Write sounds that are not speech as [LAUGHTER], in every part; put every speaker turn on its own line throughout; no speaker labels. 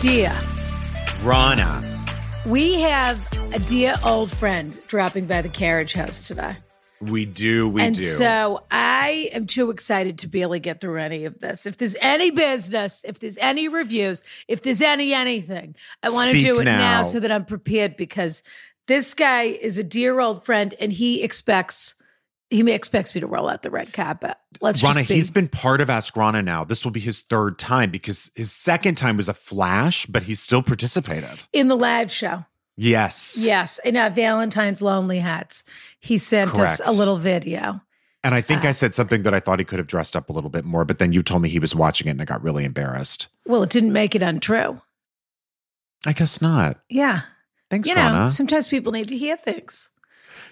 Dia.
Rana.
We have a dear old friend dropping by the carriage house today.
We do, we
and
do.
so I am too excited to barely get through any of this. If there's any business, if there's any reviews, if there's any anything, I want to
Speak
do it now.
now.
so that I'm prepared because this guy is a dear old friend and he expects he may- expects me to roll out the red carpet. Let's
Rana,
just be,
he's been part of Ask Rana now. This will be his third time because his second time was a flash, but he still participated.
in the live show.
Yes.
Yes, in our Valentine's Lonely Hats. He sent us
Correct.
a little video.
And I
Uh.
think I said something that I thought he could have dressed up a little bit more, but then you told me he was watching it and I got really embarrassed.
Well, it didn't make it untrue.
I guess not.
Yeah.
Thanks,
you know,
Rana.
sometimes people need to hear things.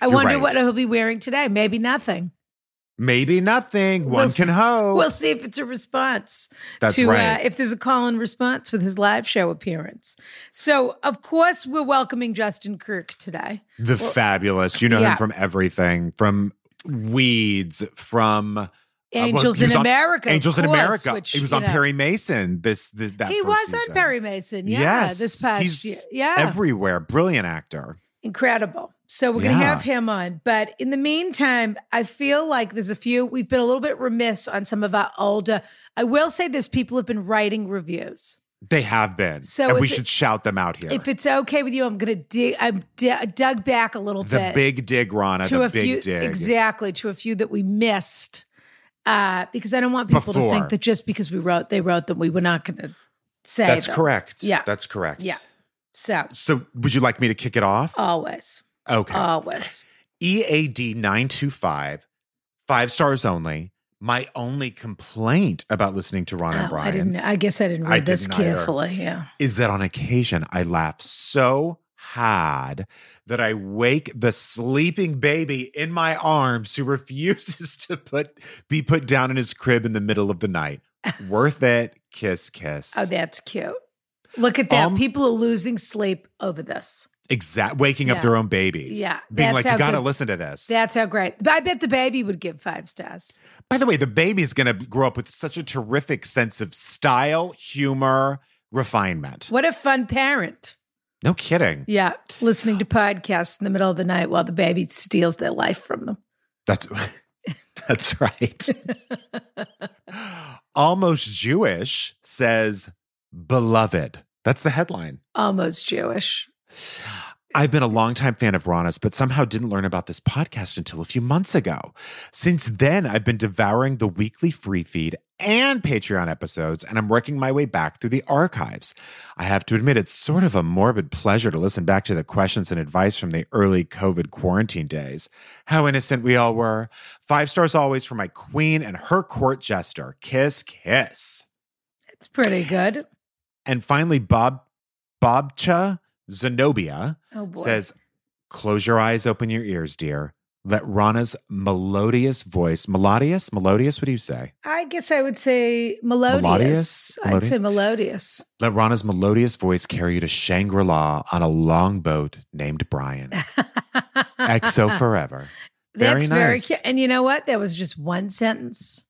I
You're
wonder
right.
what he'll be wearing today. Maybe nothing.
Maybe nothing. One
We'll
can
s-
hope.
We'll see if it's a response
That's
to uh,
right.
if there's a call and response with his live show appearance. So, of course, we're welcoming Justin Kirk today.
the fabulous. You know
yeah.
him from everything, from Weeds, from uh, well,
Angels
he was
in
on-
America. of
Angels in
course,
America.
which,
he was
you
on
know,
Perry Mason. This, this that
He
first
was
season.
on Perry Mason. Yeah.
yes,
This past
he's
year. Yeah.
everywhere. Brilliant actor.
Incredible. So we're going to
Yeah.
have him on. But in the meantime, I feel like there's a few, we've been a little bit remiss on some of our older. I will say this people have been writing reviews.
They have been,
So
and
if
we
it-
should shout them out here.
If it's okay with you, I'm going to dig, I'm di- dug back a little
the
bit
big dig, Rana.
to
the
a
big
few,
dig.
exactly, to a few that we missed. Uh, because I don't want people to
Before.
think that just because we wrote, they wrote them, we were not going to say
That's
them.
correct.
Yeah.
that's correct.
Yeah. Uh, So
So, would you like me to kick it off?
always,
okay.
uh.
E
always.
EAD 925, five stars only. My only complaint about listening to Ron and
Oh, I didn't,
Brian
I guess I didn't read
I
this
didn't either.
carefully. Yeah.
is that on occasion I laugh so hard that I wake the sleeping baby in my arms who [LAUGHS] refuses to put be put down in his crib in the middle of the night.
[LAUGHS]
Worth it. Kiss, kiss.
Oh, that's cute. Look at that.
Um,
People are losing sleep over this.
exact waking
Yeah.
up their own babies.
Yeah, that's
Being like,
how
you gotta
good-
listen to this.
That's how great. But I bet the baby would give five stars.
By the way, the baby's going to grow up with such a terrific sense of style, humor, refinement.
What a fun parent.
No kidding.
Yeah. Listening to podcasts in the middle of the night while the baby steals their life from them.
That's [LAUGHS] That's right. Almost Jewish says beloved. That's the headline.
Almost Jewish.
I've been a longtime fan of Rana's, but somehow didn't learn about this podcast until a few months ago. Since then, I've been devouring the weekly free feed and Patreon episodes, and I'm working my way back through the archives. I have to admit, it's sort of a morbid pleasure to listen back to the questions and advice from the early COVID quarantine days. How innocent we all were. Five stars always for my queen and her court jester. Kiss, kiss.
It's pretty good.
And finally, Bob Bobcha Zenobia
Oh boy.
says, Close your eyes, open your ears, dear. Let Rana's melodious voice, melodious, melodious, what do you say?
I guess I would say melodious.
Melodious?
I'd say melodious.
Let Rana's melodious voice carry you to Shangri La on a longboat named
[LAUGHS]
Brian.
[LAUGHS]
EXO forever. Very
That's very
nice.
cute. And you know what? That was just one sentence.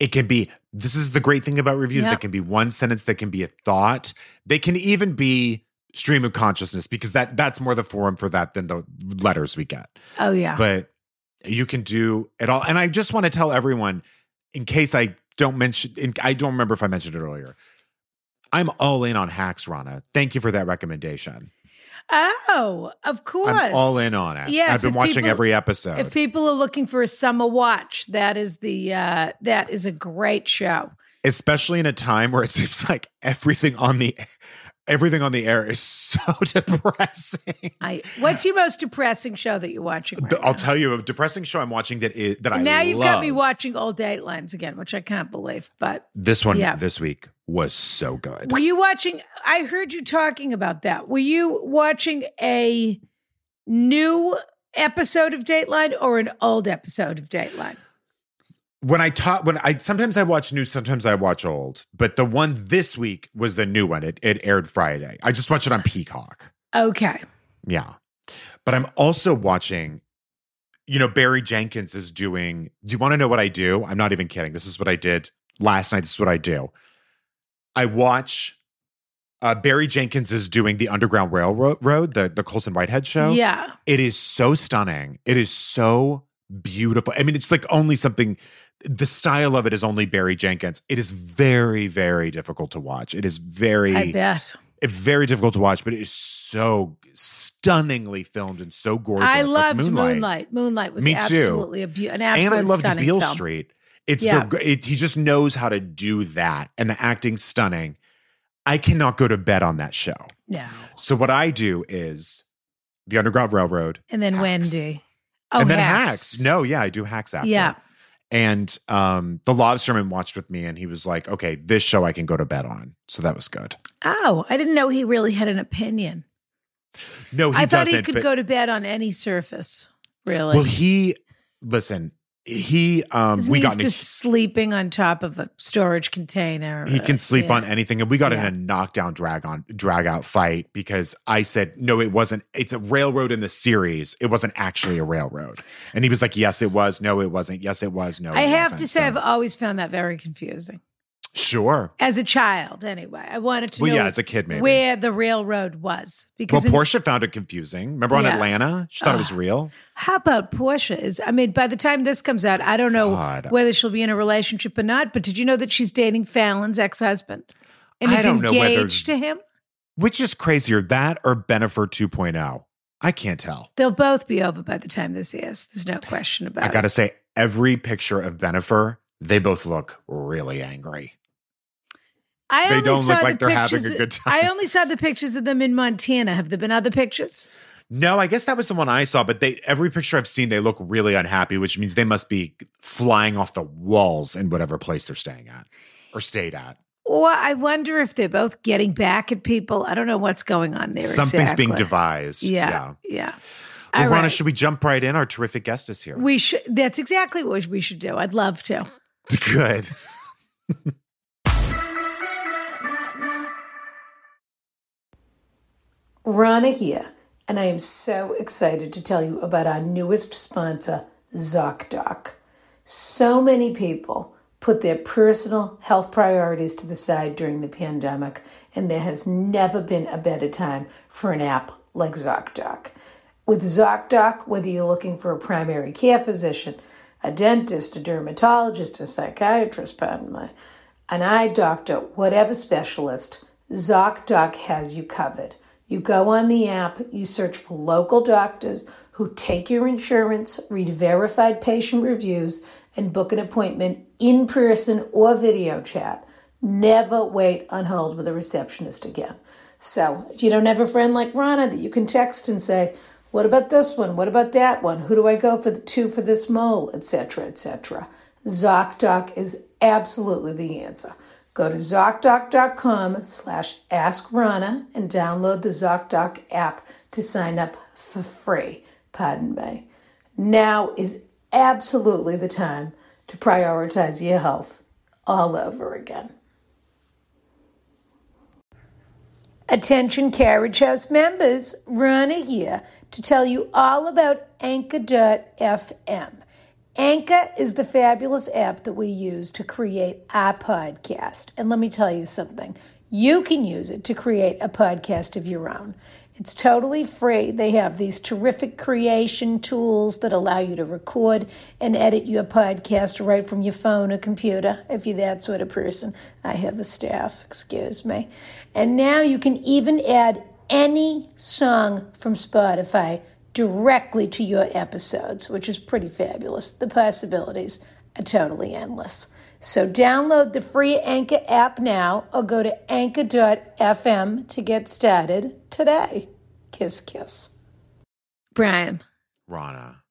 It can be, this is the great thing about reviews. They
Yep.
can be one sentence, they can be a thought, they can even be stream of consciousness because that that's more the forum for that than the letters we get.
Oh yeah.
but you can do it all. And I just want to tell everyone, in case I don't mention, in, I don't remember if I mentioned it earlier. I'm all in on hacks, Rana. Thank you for that recommendation.
oh, of course.
I'm all in on it.
Yes,
I've been
if
watching
people-
every episode.
If people are looking for a summer watch, that is the uh that is a great show.
especially in a time where it seems like everything on the everything on the air is so [LAUGHS] depressing.
I what's your most depressing show that you're watching? Right
I'll
now?
tell you a depressing show I'm watching that is that I
now you've got me
love.
watching old Datelines again, which I can't believe. But
This one
Yeah.
this week was so good.
were you watching? I heard you talking about that. Were you watching a new episode of Dateline or an old episode of Dateline?
when I taught when I sometimes I watch new, sometimes I watch old, but the one this week was the new one. It it aired Friday. I just watched it on Peacock.
Okay.
Yeah. But I'm also watching, you know, Barry Jenkins is doing. Do you want to know what I do? I'm not even kidding. This is what I did last night. This is what I do. I watch uh Barry Jenkins is doing the Underground Railroad Road, the the Colson Whitehead show.
yeah.
It is so stunning. It is so beautiful. I mean, it's like only something, the style of it is only Barry Jenkins. It is very, very difficult to watch. It is
I
very,
bet.
very difficult to watch, but it is so stunningly filmed and so gorgeous.
I
like
loved Moonlight. Moonlight, was
Me too.
absolutely a beau- an absolute
And I loved
stunning
Beale
film.
Street. It's
Yeah.
the, it, he just knows how to do that. And the acting's stunning. I cannot go to bed on that show.
No.
So what I do is the Underground Railroad.
And then
Hacks.
Wendy. Oh,
and then
Hacks.
hacks. No, yeah, I do hacks after.
Yeah.
And um, the lobsterman watched with me and he was like, okay, this show I can go to bed on. So that was good.
Oh, I didn't know he really had an opinion.
No, Oh, he
I thought
doesn't.
he could
but-
go to bed on any surface. Really?
well, he, listen, he, um,
Isn't
we
he
got, in
used
a-
to sleeping on top of a storage container.
he can sleep
Yeah.
on anything. And we got in
Yeah.
a knockdown drag on, drag out fight because I said, no, it wasn't. It's a railroad in the series. It wasn't actually a railroad. And he was like, yes, it was. No, it wasn't. Yes, it was. No,
I
it
have
wasn't."
to say,
So-
I've always found that very confusing.
sure.
As a child, anyway, I wanted to
Well,
know
yeah, as a kid, maybe.
where the railroad was.
Well,
Because in-
Portia found it confusing. Remember on
Yeah.
Atlanta? She thought it was
Ugh.
real.
how about Portia? Is I mean, by the time this comes out, I don't know
God.
whether she'll be in a relationship or not. But did you know that she's dating Fallon's ex-husband and
I
is
don't know whether-
engaged to him?
Which is crazier, that or Benefer 2.0? I can't tell.
They'll both be over by the time this airs. There's no question about
I got
it.
to say, every picture of Benefer, they both look really angry.
I
They
only
don't look
saw the
like they're having a
pictures-
good time.
I only saw the pictures of them in Montana. Have there been other pictures?
No, I guess that was the one I saw, but they every picture I've seen, they look really unhappy, which means they must be flying off the walls in whatever place they're staying at or stayed at.
Or I wonder if they're both getting back at people. I don't know what's going on there.
Something's being
exactly.
devised.
Yeah, yeah.
Well,
All
Rana,
right.
should we jump right in? Our terrific guest is here.
We should. That's exactly what we should do. I'd love to.
[LAUGHS] Good.
Rana here, and I am so excited to tell you about our newest sponsor, ZocDoc. So many people put their personal health priorities to the side during the pandemic, and there has never been a better time for an app like ZocDoc. With ZocDoc, whether you're looking for a primary care physician, a dentist, a dermatologist, a psychiatrist, pardon my, an eye doctor, whatever specialist, ZocDoc has you covered. You go on the app, you search for local doctors who take your insurance, read verified patient reviews, and book an appointment in person or video chat. Never wait on hold with a receptionist again. So if you don't have a friend like Rana that you can text and say, what about this one? What about that one? Who do I go for the two for this mole? Etc. Etc. ZocDoc is absolutely the answer.
Go to ZocDoc.com slash Ask Rana and download the ZocDoc app to sign up for free. Pardon me. Now is absolutely the time to prioritize your health all over again. Attention Carriage House members, Rana here to tell you all about Anchor.fm. Anchor is the fabulous app that we use to create our podcast. And let me tell you something you can use it to create a podcast of your own. It's totally free. They have these terrific creation tools that allow you to record and edit your podcast right from your phone or computer, if you're that sort of person. I have a staff, excuse me. And now you can even add any song from Spotify directly to your episodes, which is pretty fabulous. The possibilities are totally endless. So download the free Anchor app now or go to anchor.fm to get started today. Kiss, kiss. Brian.
Rana.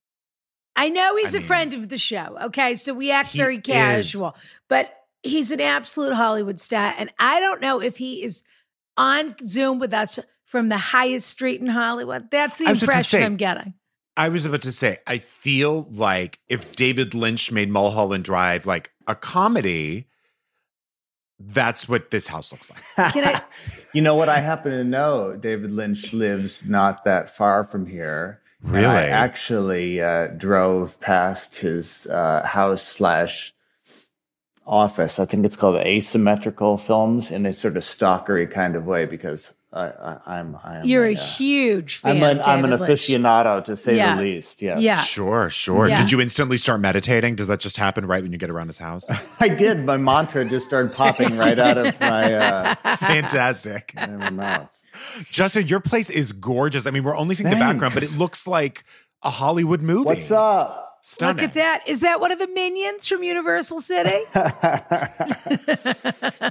I know he's
I
a
mean-
friend of the show, okay? So we act
He
very
is.
casual, but he's an absolute Hollywood star. And I don't know if he is on Zoom with us from the highest street in Hollywood. That's the
I was about to
impression
say-
I'm
[LAUGHS]
getting.
I was about to say, I feel like if David Lynch made Mulholland Drive like a comedy, that's what this house looks
[LAUGHS]
like.
Can I-
you know what I happen to know? David Lynch lives not that far from here. And
Really?
I actually uh, drove past his uh, house slash office. I think it's called Asymmetrical Films in a sort of stalkery kind of way because I, I, I'm I'm
You're a
uh,
huge fan.
I'm an
of
I'm an
David Lynch.
aficionado to say
Yeah.
the least. Yes.
Yeah.
Sure, sure.
Yeah.
Did you instantly start meditating? Does that just happen right when you get around
[LAUGHS]
his house?
[LAUGHS] I did. My mantra just started popping right out of my, uh,
Fantastic.
out of my mouth.
Justin, your place is gorgeous. I mean, we're only seeing the
Thanks.
background, but it looks like a Hollywood movie.
What's up?
Stunning.
Look at that. Is that one of the minions from Universal City?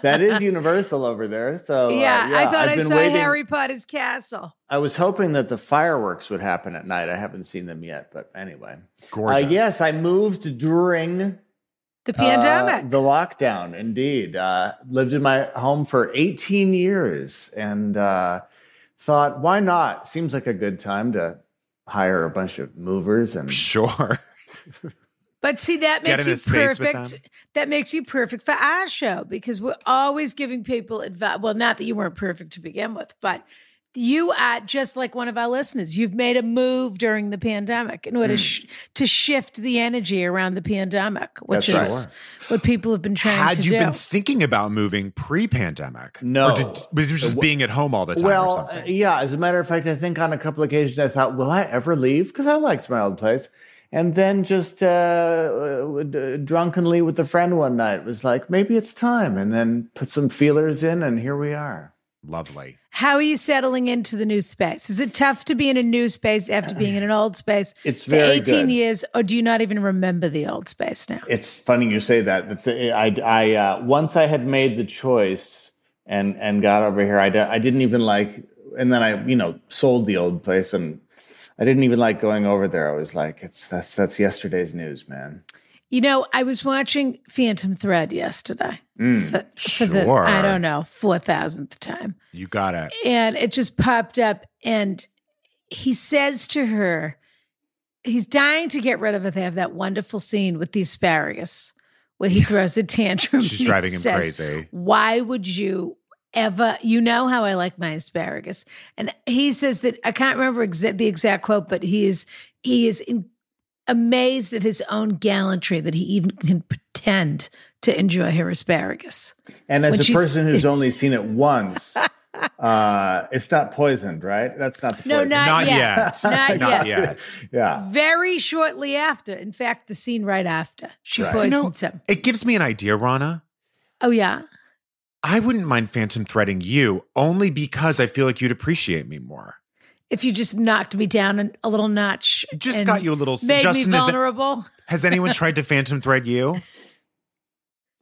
that is universal over there. So uh,
yeah, I thought
I've
I
been
saw
waiting-
Harry Potter's castle.
I was hoping that the fireworks would happen at night. I haven't seen them yet, but anyway.
Gorgeous.
Uh, yes, I moved during
The
uh,
pandemic.
the lockdown. Indeed, uh, lived in my home for 18 years and uh, thought, why not? Seems like a good time to hire a bunch of movers and
Sure.
but see, that makes
Get in
you
a space with
perfect.
them.
That makes you perfect for our show because we're always giving people advice. Well, not that you weren't perfect to begin with, but you are just like one of our listeners. You've made a move during the pandemic in order sh- to shift the energy around the pandemic, which
That's
is
right.
what people have been [LAUGHS] trying
Had
to
you
do.
been thinking about moving pre-pandemic?
No. Uh,
Or did, was it just being at home all the time
well,
or something?
uh, yeah. As a matter of fact, I think on a couple occasions I thought, will I ever leave? Because I liked my old place. And then just uh, uh, d- drunkenly with a friend one night was like, maybe it's time. And then put some feelers in, and here we are.
Lovely.
How are you settling into the new space? Is it tough to be in a new space after being in an old space?
[SIGHS] It's
for
very
18
good.
years, or do you not even remember the old space now?
It's funny you say that. That's I. I uh, once I had made the choice and and got over here. I, di- I didn't even like. And then I you know sold the old place and. I didn't even like going over there. I was like, "It's that's that's yesterday's news, man."
You know, I was watching Phantom Thread yesterday
Mm,
for, for the,
sure.
I don't know, 4,000th time.
You got it.
And it just popped up. And he says to her, he's dying to get rid of it. They have that wonderful scene with the asparagus where he throws a tantrum.
She's
and he
driving him
says,
crazy.
Why would you ever? You know how I like my asparagus. And he says that I can't remember exa- the exact quote, but he is he is in, amazed at his own gallantry that he even can pretend to enjoy her asparagus.
And as
When
a
she's-
person [LAUGHS] who's only seen it once, uh, it's not poisoned, right? That's not the
No,
poison.
not,
Not
yet.
yet.
[LAUGHS] Not
Not
yet.
yet.
yeah.
Very shortly after, in fact, the scene right after, she
Right.
You know,
poisons him.
it gives me an idea, Rana.
Oh yeah.
I wouldn't mind phantom threading you only because I feel like you'd appreciate me more.
If you just knocked me down an- a little notch,
It just
and
got you a little.
made
Justin,
me
is it-
vulnerable.
has anyone tried to phantom thread you?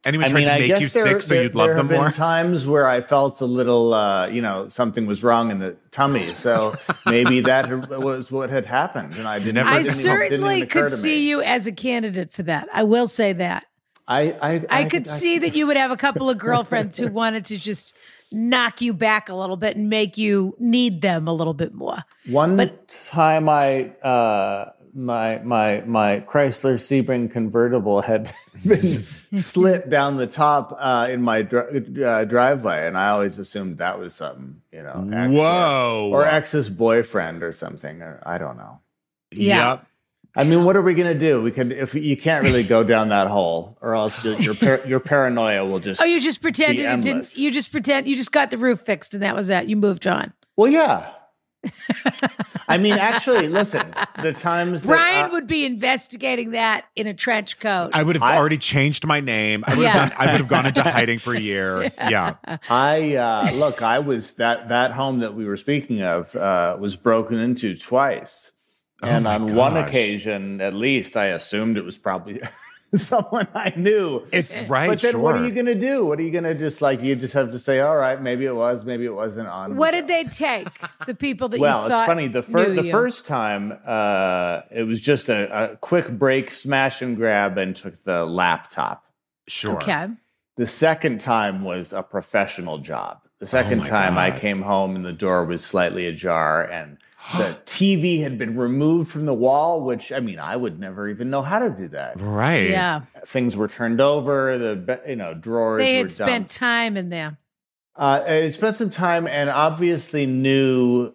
Anyone
I
tried
mean, I
to make
guess
you
there,
sick so
there-
you'd love
there
them
have been
more?
times where I felt a little, uh, you know, something was wrong in the tummy.
[LAUGHS]
So maybe that was what had happened, and I didn't.
never
it
I
didn't
didn't even- didn't even
certainly
occur
could
to me.
see you as a candidate for that. I will say that.
I I,
I could see that you would have a couple of girlfriends [LAUGHS] who wanted to just knock you back a little bit and make you need them a little bit more.
One time, I uh, my my my Chrysler Sebring convertible had [LAUGHS] been slit down the top uh, in my dri- uh, driveway, and I always assumed that was something, you know, ex uh,
Whoa.
or, or ex's boyfriend or something. Or, I don't know.
Yeah.
Yep.
I mean, what are we gonna do? We could if you can't really go down that hole, or else your your, par- your paranoia will just.
Oh, you just pretended it didn't.
endless.
You just pretend you just got the roof fixed and that was that. You moved on.
Well, yeah. [LAUGHS] I mean, actually, listen. The times that
Brian
I-
would be investigating that in a trench coat.
I would have
I-
already changed my name. I would
Yeah.
have done, I would have
[LAUGHS]
gone into hiding for a year. Yeah.
I uh, look. I was that that home that we were speaking of uh, was broken into twice, and
Oh my
on one
gosh.
occasion, at least, I assumed it was probably [LAUGHS] someone I knew.
It's right.
but then,
sure.
what are you going to do? What are you going to just like? You just have to say, "All right, maybe it was, maybe it wasn't." On
what did they take? The people that
well,
you
it's
thought
funny. The first
knew
the
you.
first time, uh, it was just a, a quick break, smash and grab, and took the laptop.
Sure.
Okay.
The second time was a professional job. The
Oh my
second time I
God.
came home and the door was slightly ajar
[GASPS]
and the TV had been removed from the wall, which I mean, I would never even know how to do that.
Right.
Yeah.
Things were turned over, the be- you know drawers
They
were
had spent
dumped.
time in there.
Uh, I spent some time and obviously knew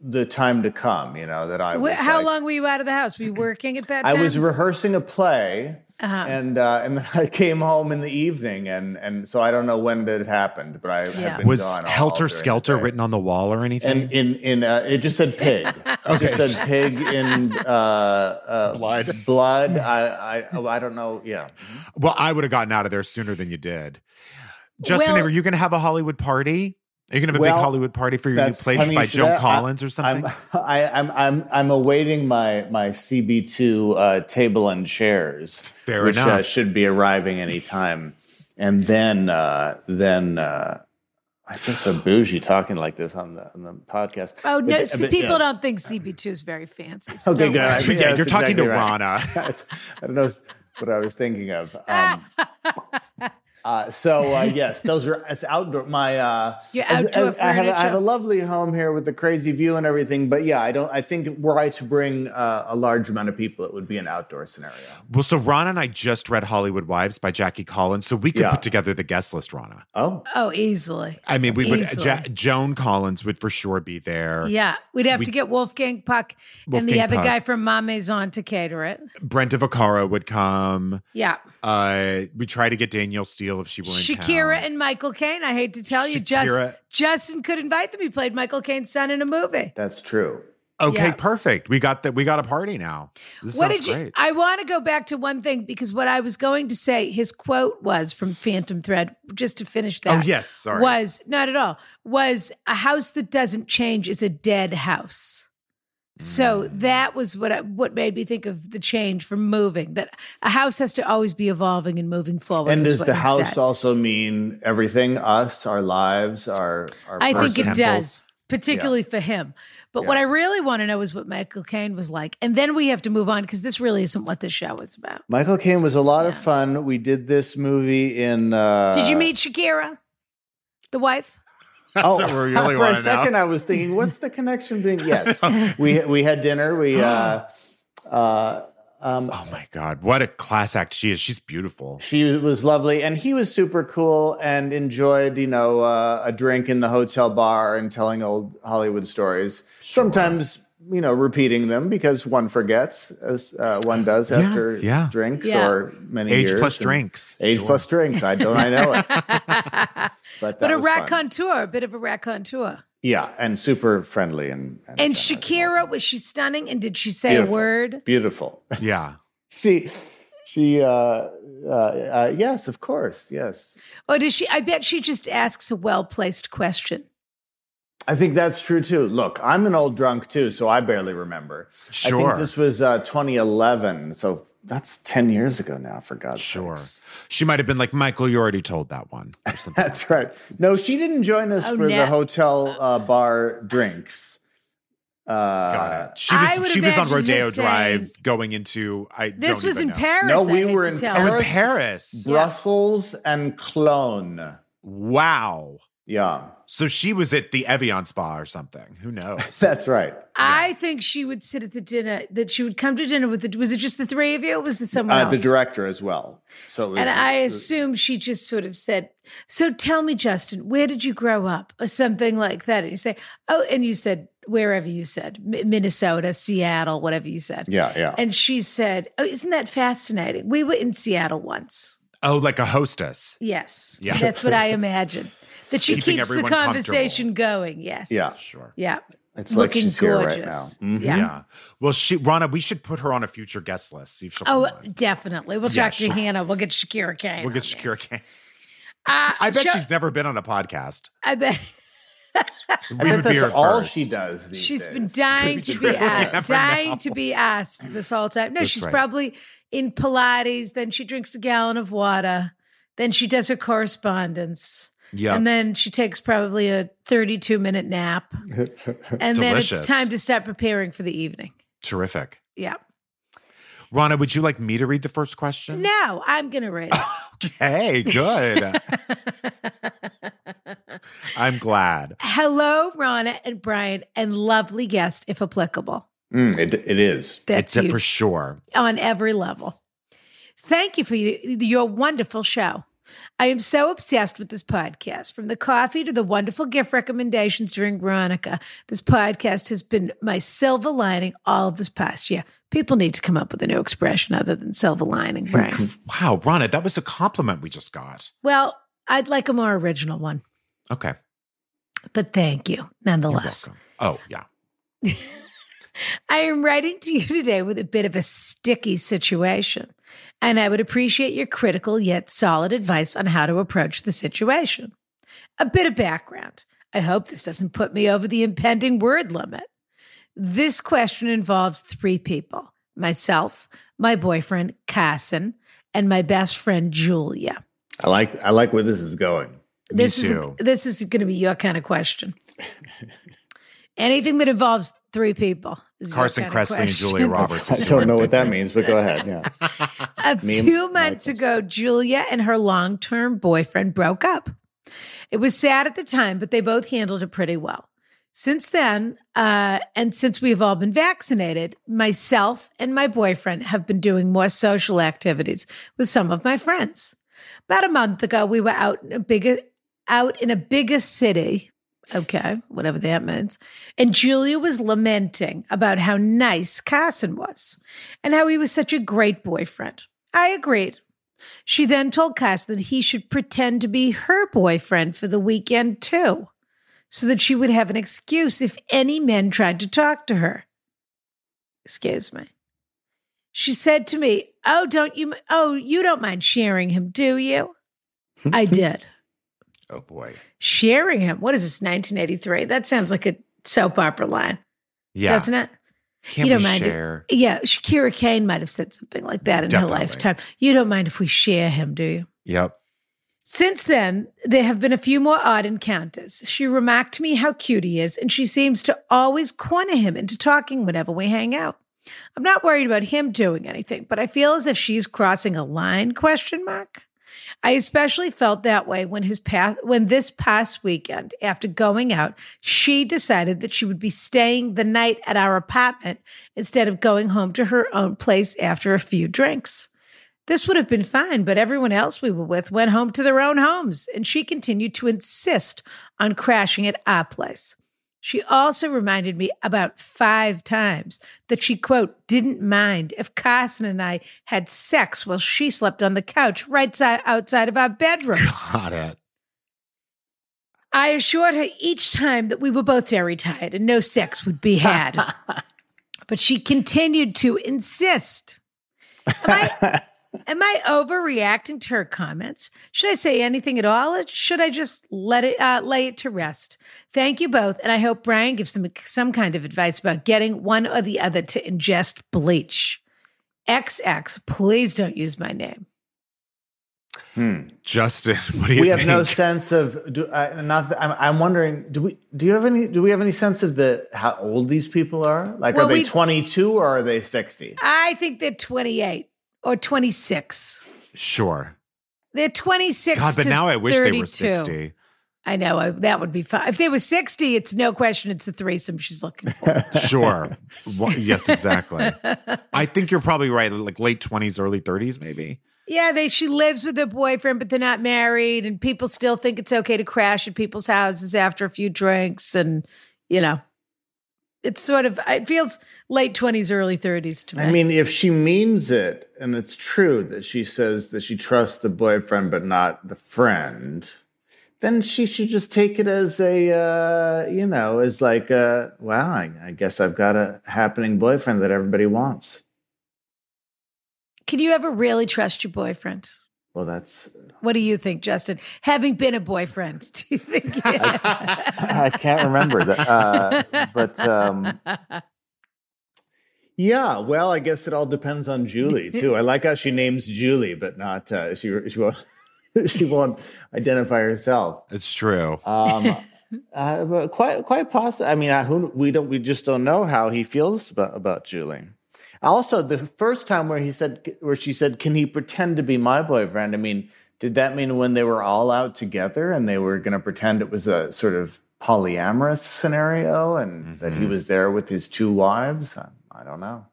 the time to come. You know that I
Wh-
was
How
like-
long were you out of the house? Were you working at that
I
time?
was rehearsing a play,
Uh-huh.
and uh, and then [LAUGHS] I came home in the evening, and and so I don't know when that happened, but I had
Yeah.
been
Was
gone all
Helter
during the
Skelter
day.
written on the wall or anything?
And in in uh, it just
[LAUGHS]
said pig. okay. It just said pig in uh, uh, blood.
Hmm.
Blood. I I oh, I don't know. Yeah.
well, I would have gotten out of there sooner than you did. Justin,
Well-
are you going to have a Hollywood party? Are you going to have a big
Well,
Hollywood party for your new
That's
place
funny
by
you should
Joan
a-
Collins
I-
or something?
I'm, [LAUGHS] I, I'm I'm I'm awaiting my my CB two uh, table and chairs,
Fair
which Uh,
enough.
should be arriving any time. And then uh, then uh, I feel so bougie talking like this on the on the podcast.
Oh no!
But-
see,
but, you
people
know,
don't think CB2 is very fancy. so
Okay,
don't
good.
worry.
But
I
Oh, [LAUGHS]
think
yeah,
that's
you're talking
exactly
to
right. [LAUGHS]
Rana.
I don't know what I was thinking of. Um,
[LAUGHS]
uh, so uh, yes, those are it's outdoor. My uh,
Your
as-
outdoor
as- I, have, I have
furniture.
a lovely home here with the crazy view and everything. But yeah, I don't. I think were I to bring uh, a large amount of people, it would be an outdoor scenario.
Well, so Rana and I just read Hollywood Wives by Jackie Collins, so we could
Yeah.
put together the guest list, Rana.
Oh,
Oh, easily.
I mean, we would.
uh,
Easily.
Ja- Joan Collins would for sure be there.
Yeah, we'd have
We-
to get Wolfgang Puck and
Wolfgang
the other
Puck.
guy from Ma Maison to cater it.
Brenta Vaccaro would come.
Yeah,
Uh, we try to get Danielle Steele if she were in
Shakira
town.
and Michael Caine. I hate to tell you,
Shakira.
just, Justin could invite them. He played Michael Caine's son in a movie.
that's true.
okay,
yeah.
perfect. We got that. We got a party now. This
what
sounds
did you?
great.
I want to go back to one thing because what I was going to say, his quote was from Phantom Thread. Just to finish that.
Oh, yes, sorry.
Was not at all. Was a house that doesn't change is a dead house. So
Mm.
that was what I, what made me think of the change from moving. That a house has to always be evolving and moving forward.
and
is
does
what
the
he
house
said.
also mean everything? Us, our lives, our our.
I think
First
it
person?
temples.
does, particularly for him. But what I really want to know is what Michael Caine was like. And then we have to move on because this really isn't what this show is about.
Michael Caine was a lot of fun. We did this movie in. Uh,
Did you meet Shakira, the wife?
[LAUGHS] That's what we really
Oh, [LAUGHS] for
want
a
to
second,
know.
I was thinking, what's the connection between?
[LAUGHS]
Yes, we we had
[GASPS]
dinner. We uh, uh, um,
Oh my god, what a class act she is. She's beautiful.
she was lovely, and he was super cool, and enjoyed you know uh, a drink in the hotel bar and telling old Hollywood stories. Sometimes you know repeating them because one forgets, as uh, one does after
yeah.
drinks
Yeah.
or many
Age
years,
plus
and-
drinks.
Age
Sure.
plus drinks. I don't. I
[LAUGHS]
know it. But,
But
that
a
was fun.
raconteur, a bit of a raconteur.
Yeah, and super friendly and and,
And
generous.
Shakira, was she stunning? And did she say
Beautiful.
a word?
Beautiful.
Yeah.
[LAUGHS] she she uh, uh, uh yes, of course, yes.
Or does she? I bet she just asks a well placed question.
I think that's true too. Look, I'm an old drunk too, so I barely remember. I
Sure.
think this was uh 2011, so that's 10 years ago now for God's
Sure.
sakes.
She might have been like, Michael, you already told that one. Or something.
[LAUGHS] That's right. No, she didn't join us
Oh,
for
no.
the hotel uh, bar drinks. Uh,
Got it. She
I
was
would
she was on
imagine
Rodeo
his
Drive
saying-
going into I
This
don't
was
even
in
know.
Paris.
No,
I
we
hate
were
to
in
tell.
Oh, in
Paris.
Paris.
Brussels and Cologne.
Wow.
Yeah,
So she was at the Evian spa or something. Who
[LAUGHS]
knows?
that's right.
I think she would sit at the dinner. That she would come to dinner with. The, was it just the three of you? Or was there someone
Uh,
else?
the director as well. So it was,
And I assume she just sort of said, "So tell me, Justin, where did you grow up?" or something like that. And you say, "Oh," and you said wherever you said Mi- Minnesota, Seattle, whatever you said.
yeah, yeah.
And she said, "Oh, isn't that fascinating? We were in Seattle once."
oh, like a hostess.
Yes,
Yeah.
that's what I imagine. That she
Keeping
keeps the
everyone comfortable.
conversation going. Yes.
Yeah.
Sure.
Yeah.
it's like she's here right now. Mhm.
Yeah.
Yeah. Well, she Rana, we should put her on a future guest list. See if she'll.
Oh,
come on.
definitely. We'll
Yeah,
talk
sure.
to Hannah. We'll get Shakira Kane.
we'll get
on
Shakira Khan.
there. Uh,
I bet
Sha-
she's never been on a podcast.
I bet
We
I bet
would be
that's
her
all
first.
she does. These
she's
days.
been dying to be
true. [LAUGHS] You
asked,
never
dying
know.
to be asked this whole time. No,
That's
she's
right.
probably in Pilates. Then she drinks a gallon of water. Then she does her correspondence.
Yeah.
And then she takes probably a 32 minute
[LAUGHS]
nap. And then it's
Delicious.
time to start preparing for the evening.
Terrific.
Yeah.
Rana, would you like me to read the first question?
Now I'm going to
[LAUGHS]
rate
Okay, good.
it.
I'm glad.
Hello, Ronna and Brian, and lovely guest, if applicable.
Mm, it, it is.
That's
it's
you
it for sure.
on every level. Thank you for y- your wonderful show. I am so obsessed with this podcast. From the coffee to the wonderful gift recommendations during Veronica, this podcast has been my silver lining all of this past year. People need to come up with a new expression other than silver lining, Brian.
Wow, Rana, that was a compliment we just got.
well, I'd like a more original one,
Okay.
but thank you
You're
nonetheless.
welcome. Oh, yeah.
I am writing to you today with a bit of a sticky situation, and I would appreciate your critical yet solid advice on how to approach the situation. A bit of background. I hope this doesn't put me over the impending word limit. This question involves three people myself, my boyfriend, Carson, and my best friend, Julia.
I like. I like where this is going.
Me
This is
too.
a, this is going to be your kind of
[LAUGHS]
question. Anything that involves three people. is your
Carson
kind of
Kressley and Julia
question. [LAUGHS]
Roberts.
I
is
don't
what
know
I'm
what that
thinking.
means, but go ahead. Yeah.
A
Me and
few months
Michael.
ago, Julia and her long term boyfriend broke up. It was sad at the time, but they both handled it pretty well. Since then, uh, and since we've all been vaccinated, myself and my boyfriend have been doing more social activities with some of my friends. About a month ago, we were out in a bigger, out in a bigger city. Okay, whatever that means. And Julia was lamenting about how nice Carson was and how he was such a great boyfriend. I agreed. She then told Carson that he should pretend to be her boyfriend for the weekend too, so that she would have an excuse if any men tried to talk to her. Excuse me. She said to me, "Oh, don't you? Oh, you don't mind sharing him, do you?" I did.
Oh, boy.
Sharing him. What is this? 1983. That sounds like a soap opera line,
Yeah.
doesn't it?
Can't
you don't
we
mind it.
share?
Yeah, Shakira Kane might have said something like that in
Definitely.
her lifetime. You don't mind if we share him, do you?
Yep.
Since then, there have been a few more odd encounters. She remarked to me how cute he is, and she seems to always corner him into talking whenever we hang out. I'm not worried about him doing anything, but I feel as if she's crossing a line question mark. I especially felt that way when his path when this past weekend, after going out, she decided that she would be staying the night at our apartment instead of going home to her own place after a few drinks. This would have been fine, but everyone else we were with went home to their own homes, and she continued to insist on crashing at our place. She also reminded me about five times that she, quote, didn't mind if Carson and I had sex while she slept on the couch right si- outside of our bedroom.
Got it.
I assured her each time that we were both very tired and no sex would be had. but she continued to insist. Am I, am I overreacting to her comments? Should I say anything at all? Or should I just let it uh, lay it to rest? Thank you both, and I hope Brian gives some some kind of advice about getting one or the other to ingest bleach. XX, please don't use my name.
Justin, [LAUGHS] what do you
we
think?
have no sense of do, I, not. that- I'm, I'm wondering. Do we? Do you have any? Do we have any sense of the how old these people are? Like,
Well,
are they
we-
22 or are they 60?
I think they're 28 or 26.
sure.
They're 26.
God, but
to
now I wish they were
32.
60.
I know I, that would be fun. If they were 60, it's no question it's the threesome she's looking for. [LAUGHS]
Sure. Wha- yes, exactly. I think you're probably right. Like late 20s, early 30s, maybe.
yeah, they she lives with her boyfriend, but they're not married, and people still think it's okay to crash at people's houses after a few drinks, and you know, it's sort of it feels late 20s, early 30s to me.
I mean, if she means it and it's true that she says that she trusts the boyfriend but not the friend, then she should just take it as a, uh, you know, as like, uh, wow, I, I guess I've got a happening boyfriend that everybody wants.
can you ever really trust your boyfriend?
Well, that's, [LAUGHS]
What do you think, Justin? Having been a boyfriend, [LAUGHS] do you think? [LAUGHS]
I can't remember that. Uh, but um, yeah, well, I guess it all depends on Julie too. I like how she names Julie, but not, uh, she, she won't. [LAUGHS] she won't identify herself.
It's true.
Um, uh, but quite, quite possible. I mean, I, who we don't, we just don't know how he feels about, about Julie. Also, the first time where he said, where she said, "Can he pretend to be my boyfriend?" I mean, did that mean when they were all out together and they were going to pretend it was a sort of polyamorous scenario and that
Mm-hmm.
he was there with his two wives? I, I don't know.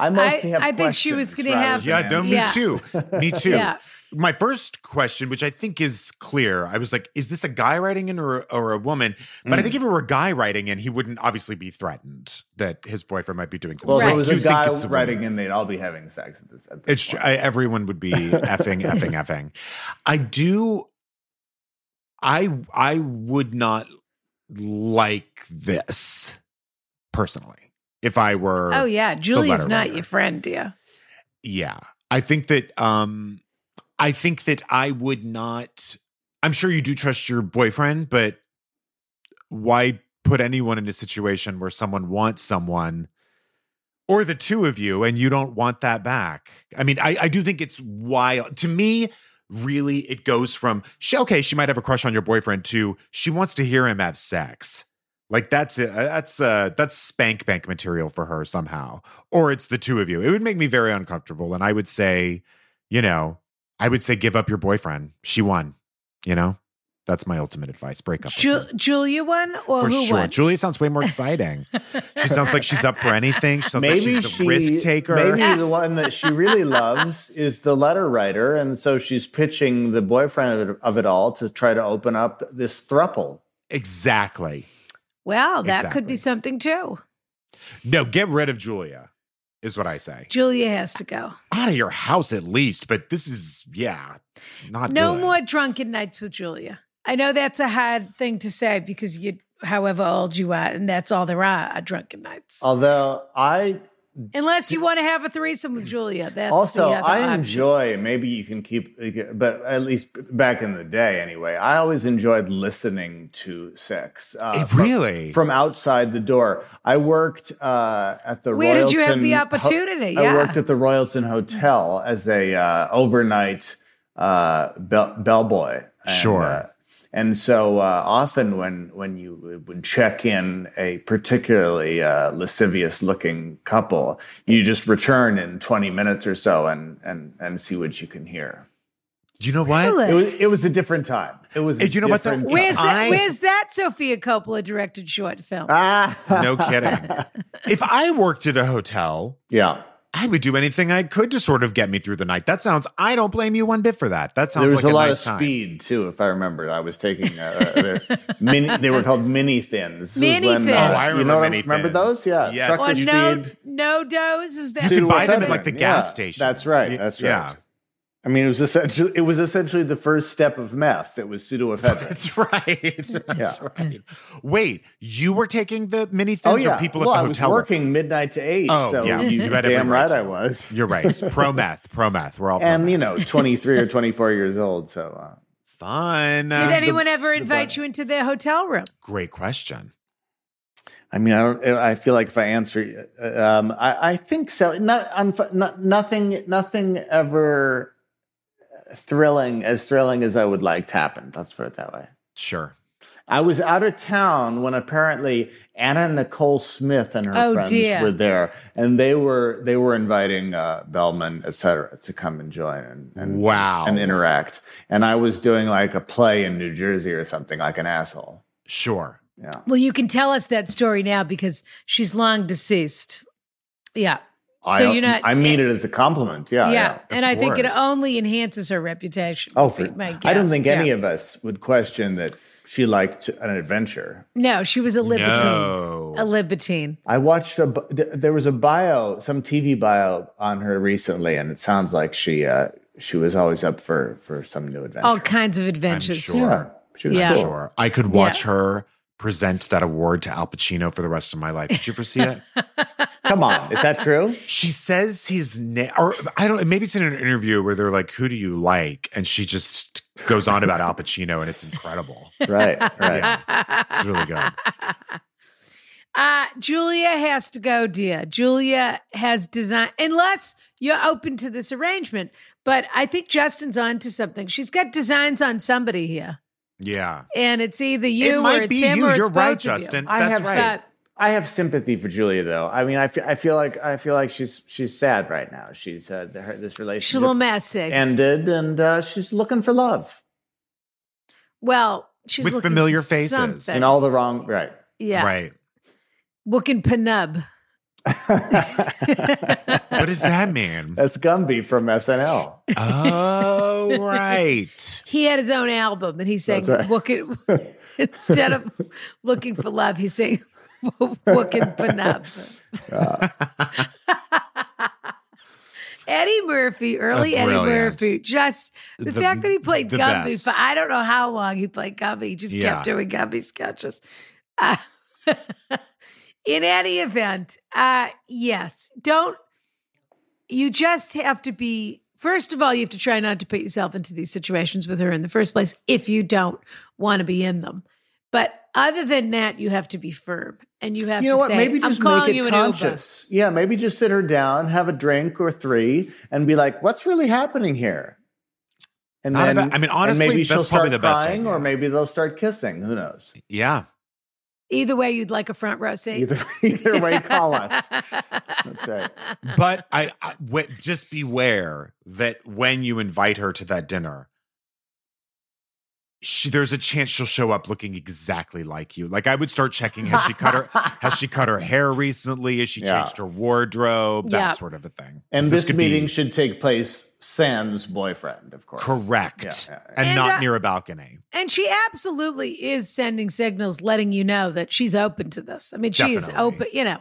I mostly have.
I think she was
questions
gonna
rather
have-
than
Yeah, no, me
Yeah.
too.
[LAUGHS]
Me too.
Yeah.
My first question, which I think is clear, I was like, is this a guy writing in or, or a woman? But
Mm.
I think if it were a guy writing in, he wouldn't obviously be threatened that his boyfriend might be doing
Well,
So
if
I
it was
do
a
think
guy
it's a woman.
writing, and they'd all be having sex at this. At this
It's
point.
tr- I, everyone would
[LAUGHS]
be effing, effing, effing. I do. I I would not like this personally if I were.
Oh yeah, Julia's
letter
not
writer.
your friend, dear.
yeah. I think that um, I think that I would not. I'm sure you do trust your boyfriend, but why put anyone in a situation where someone wants someone or the two of you and you don't want that back? I mean, I, I do think it's wild. To me, really, it goes from, she, okay, she might have a crush on your boyfriend to she wants to hear him have sex. Like that's it. That's uh that's spank bank material for her somehow, or it's the two of you. It would make me very uncomfortable, and I would say, you know, I would say give up your boyfriend. She won. You know, that's my ultimate advice. Break up. with her
Ju- Julia won or
for
who
sure.
won?
Julia sounds way more exciting. she sounds like she's
[LAUGHS]
up for anything. She sounds
maybe
like she's
she,
a risk taker. [LAUGHS]
Maybe the one that she really loves is the letter writer, and so she's pitching the boyfriend of it, of it all to try to open up this thruple.
Exactly.
Well, that could
Exactly.
be something too.
No, get rid of Julia, is what I say.
Julia has to go.
Out of your house at least, but this is, yeah, not
No
good.
more drunken nights with Julia. I know that's a hard thing to say because you, however old you are, and that's all there are, are drunken nights.
Um, Although I
Unless you want to have a threesome with Julia, that's
also
the other
I [LAUGHS]
option.
enjoy. Maybe you can keep, but at least back in the day, anyway, I always enjoyed listening to sex. Uh,
Eh,
from-
really?
from outside the door. I worked uh, at the
Where did you have
Royalton
the
Ho-
opportunity?
I
Yeah.
worked at the Royalton Hotel as a uh, overnight uh, bell- bellboy. And,
Sure.
uh, and so uh, often when when you would check in a particularly uh, lascivious looking couple, you just return in twenty minutes or so and and and see what you can hear.
you know what?
Really?
It was it was a different time. It was a
And you know what, though?
different time.
Where's that?
I-
Where's that Sophia Coppola directed short film?
Ah.
No kidding.
[LAUGHS]
if I worked at a hotel,
yeah.
I would do anything I could to sort of get me through the night. That sounds, I don't blame you one bit for that. That sounds
there was
like
a lot
nice
of
time.
speed too, if I remember. I was taking uh, uh, their [LAUGHS] mini, they were called mini thins. This was
Mini
when, uh,
thins.
Oh, I
you know
remember
what I'm-
mini
Remember
thins.
those? Yeah,
Yes.
trucker
or no,
speed,
no dose? Was that
You could
two
buy them at
seven.
like the
Yeah,
gas station.
That's right.
Y-
That's right.
yeah.
I mean, it was essentially it was essentially the first step of meth. It was pseudoephedrine.
That's [LAUGHS] right. That's right. Wait, you were taking the mini things
oh yeah,
or people
well,
at
I
the
was
hotel? were-
working midnight to eight.
Oh,
so
yeah.
you,
You had every
damn
right
right
to.
I was.
You're right. Pro meth. Pro meth. We're all pro
And
meth.
you know, twenty three or twenty four years old. So uh,
fun.
Did anyone ever
the
invite
bun-
you into their hotel room?
Great question.
I mean, I don't. I feel like if I answer, uh, um, I, I think so. Not, unf- not nothing. Nothing ever. thrilling, as thrilling as I would like to happen. Let's put it that way.
Sure.
I was out of town when apparently Anna Nicole Smith and her
Oh,
friends
dear.
were there, and they were they were inviting uh, Bellman et cetera to come and join and, and
Wow.
and interact. And I was doing like a play in New Jersey or something, like an asshole.
Sure.
Yeah,
Well, you can tell us that story now because she's long deceased. Yeah. So
I,
you're not.
I mean it as a compliment. Yeah,
yeah.
yeah.
and I think it
course.
only enhances her reputation.
Oh,
would be
for,
my
I don't
guess.
think any
Yeah.
of us would question that she liked an adventure.
No, she was a libertine.
No.
A libertine.
I watched a bu- th- there was a bio, some TV bio on her recently, and it sounds like she uh, she was always up for for some new adventure.
All kinds of adventures.
sure.
yeah, she was
Oh, Yeah.
cool.
Sure. I could watch her present that award to Al Pacino for the rest of my life. Did you ever
[LAUGHS]
see it?
Come on, is that true?
she says his name, or I don't. Maybe it's in an interview where they're like, "Who do you like?" and she just goes on about Al Pacino, and it's incredible.
right, [LAUGHS] right.
Yeah, it's really good.
Uh, Julia has to go, dear. Julia has designed, unless you're open to this arrangement. But I think Justin's on to something. She's got designs on somebody here.
Yeah,
And it's either you
it
or
might
it's
be
him
you.
or it's
You're
both
right,
of you.
Justin.
I
That's
have
right.
said- I have sympathy for Julia, though. I mean, I fe- I feel like I feel like she's she's sad right now. She's uh, the, her, this
She's a little
relationship
messy.
ended, and uh, she's looking for love
well, she's
With
looking
familiar
for
faces.
something.
in all the wrong right.
yeah,
Right.
looking penub.
What does that
[LAUGHS]
mean?
That's Gumby from SNL.
oh,
[LAUGHS]
right.
He had his own album, and he's saying,
That's right.
"Look at." [LAUGHS] instead of looking for love, he's saying, [LAUGHS] "Looking penub." [LAUGHS] Eddie Murphy, early Eddie
Brilliant.
Murphy, just the,
The-
fact that he played
the
Gumby
best.
for I don't know how long he played Gumby. He just
Yeah.
kept doing Gumby sketches. [LAUGHS] Uh, in any event, uh, yes, don't. You just have to be. First of all, you have to try not to put yourself into these situations with her in the first place if you don't want to be in them. But other than that, you have to be firm and you have
you know
to
what?
say,
maybe
"I'm
just
calling
make
you
it
an
conscious. Yeah, maybe just sit her down, have a drink or three, and be like, "What's really happening here?" And
Not a
then,
bad- I mean,
and
honestly,
maybe
that's
she'll
probably
start
the best
crying,
idea.
or maybe they'll start kissing. Who knows?
Yeah.
Uber." Either way, you'd like a front row seat.
Either, [LAUGHS] either way, call us.
[LAUGHS]
[LAUGHS]
That's right.
But I, I w- just beware that when you invite her to that dinner, she, there's a chance she'll show up looking exactly like you. Like I would start checking has she cut her has she cut her hair recently? Has she
Yeah.
changed her wardrobe? That
Yeah.
sort of a thing.
And
'Cause
this,
could be
meeting should take place sans boyfriend, of course.
correct
Yeah, yeah, yeah.
and,
And,
not
uh,
near a balcony.
And she absolutely is sending signals, letting you know that she's open to this. I mean, she is
Definitely.
open. You know,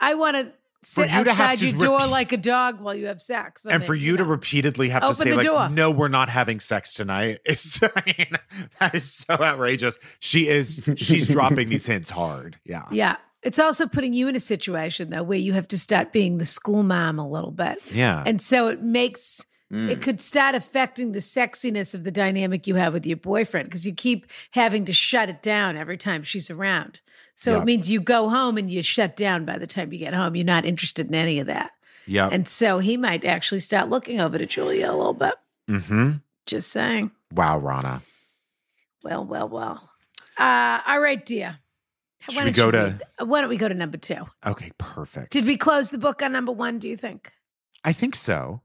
I want to sit
you to have
outside
to
your door
repeat-
like a dog while you have sex. I
and
mean,
for you to
know.
repeatedly have to
Open
say
the
like
door.
no we're not having sex tonight [LAUGHS] is I mean, that is so outrageous she is she's
[LAUGHS]
dropping these hints hard yeah
yeah, it's also putting you in a situation though where you have to start being the school mom a little bit,
yeah Mm.
and so it makes. It could start affecting the sexiness of the dynamic you have with your boyfriend because you keep having to shut it down every time she's around. So
Yeah.
it means you go home and you shut down by the time you get home. You're not interested in any of that.
yeah
And so he might actually start looking over to Julia a little bit.
mm-hmm
Just saying.
wow rana
Well, well, well. Uh, all right, dear.
Should we go to-
read- why don't we go to number two?
okay perfect
Did we close the book on number one? Do you think?
i think so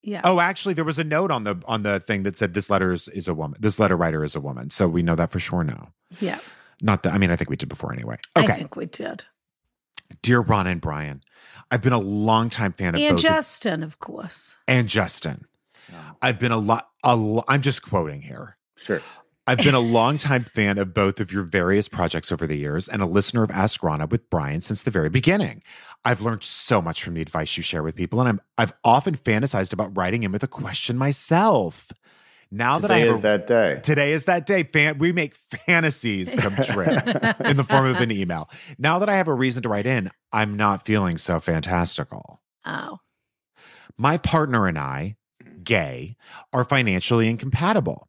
Yeah.
oh actually there was a note on the on the thing that said this letter is, is a woman this letter writer is a woman so we know that for sure now
yeah.
not that i mean i think we did before anyway
I
okay
think we did.
dear ron and brian i've been a longtime fan of
And
both of
Justin, of course.
and Justin. I've been a lot. A lo- I'm just quoting here.
Sure.
I've been a longtime fan of both of your various projects over the years and a listener of Ask Rana with Brian since the very beginning. I've learned so much from the advice you share with people, and I'm, I've often fantasized about writing in with a question myself. Now that I
Today
have
is
a-
that day.
Today is that day. Fan- we make fantasies
[LAUGHS]
come true in the form of an email. Now that I have a reason to write in, I'm not feeling so fantastical.
Oh.
My partner and I,
Mm-hmm.
gay, are financially incompatible.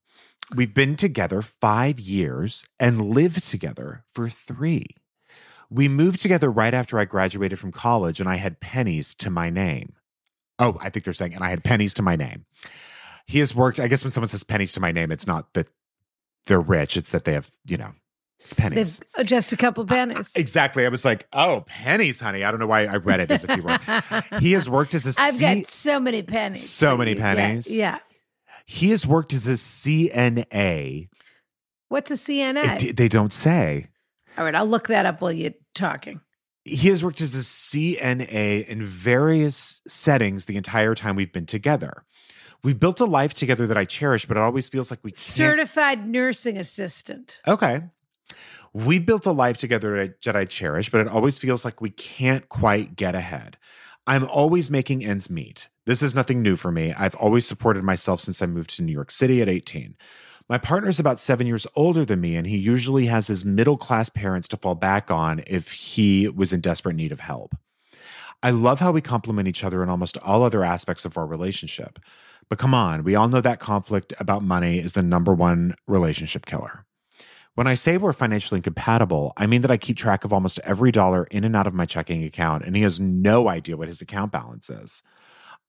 We've been together five years and lived together for three. We moved together right after I graduated from college and I had pennies to my name. Oh, I think they're saying, and I had pennies to my name. He has worked. I guess when someone says pennies to my name, it's not that they're rich; it's that they have, you know, it's pennies.
They've uh, just a couple pennies.
Exactly. I was like, oh, pennies, honey. I don't know why I read it as if you
[LAUGHS]
were. he has worked as a
I've
C-
got so many pennies.
So many
Yeah,
pennies.
Yeah.
He has worked as a CNA.
What's a CNA?
It d- they don't say.
All right, I'll look that up while you're talking.
He has worked as a CNA in various settings the entire time we've been together. We've built a life together that I cherish, but it always feels like we can't.
Certified nursing assistant.
Okay. We've built a life together that I cherish, but it always feels like we can't quite get ahead. I'm always making ends meet. This is nothing new for me. I've always supported myself since I moved to New York City at 18. My partner's about seven years older than me, and he usually has his middle class parents to fall back on if he was in desperate need of help. I love how we complement each other in almost all other aspects of our relationship. But come on, we all know that conflict about money is the number one relationship killer. When I say we're financially incompatible, I mean that I keep track of almost every dollar in and out of my checking account, and he has no idea what his account balance is.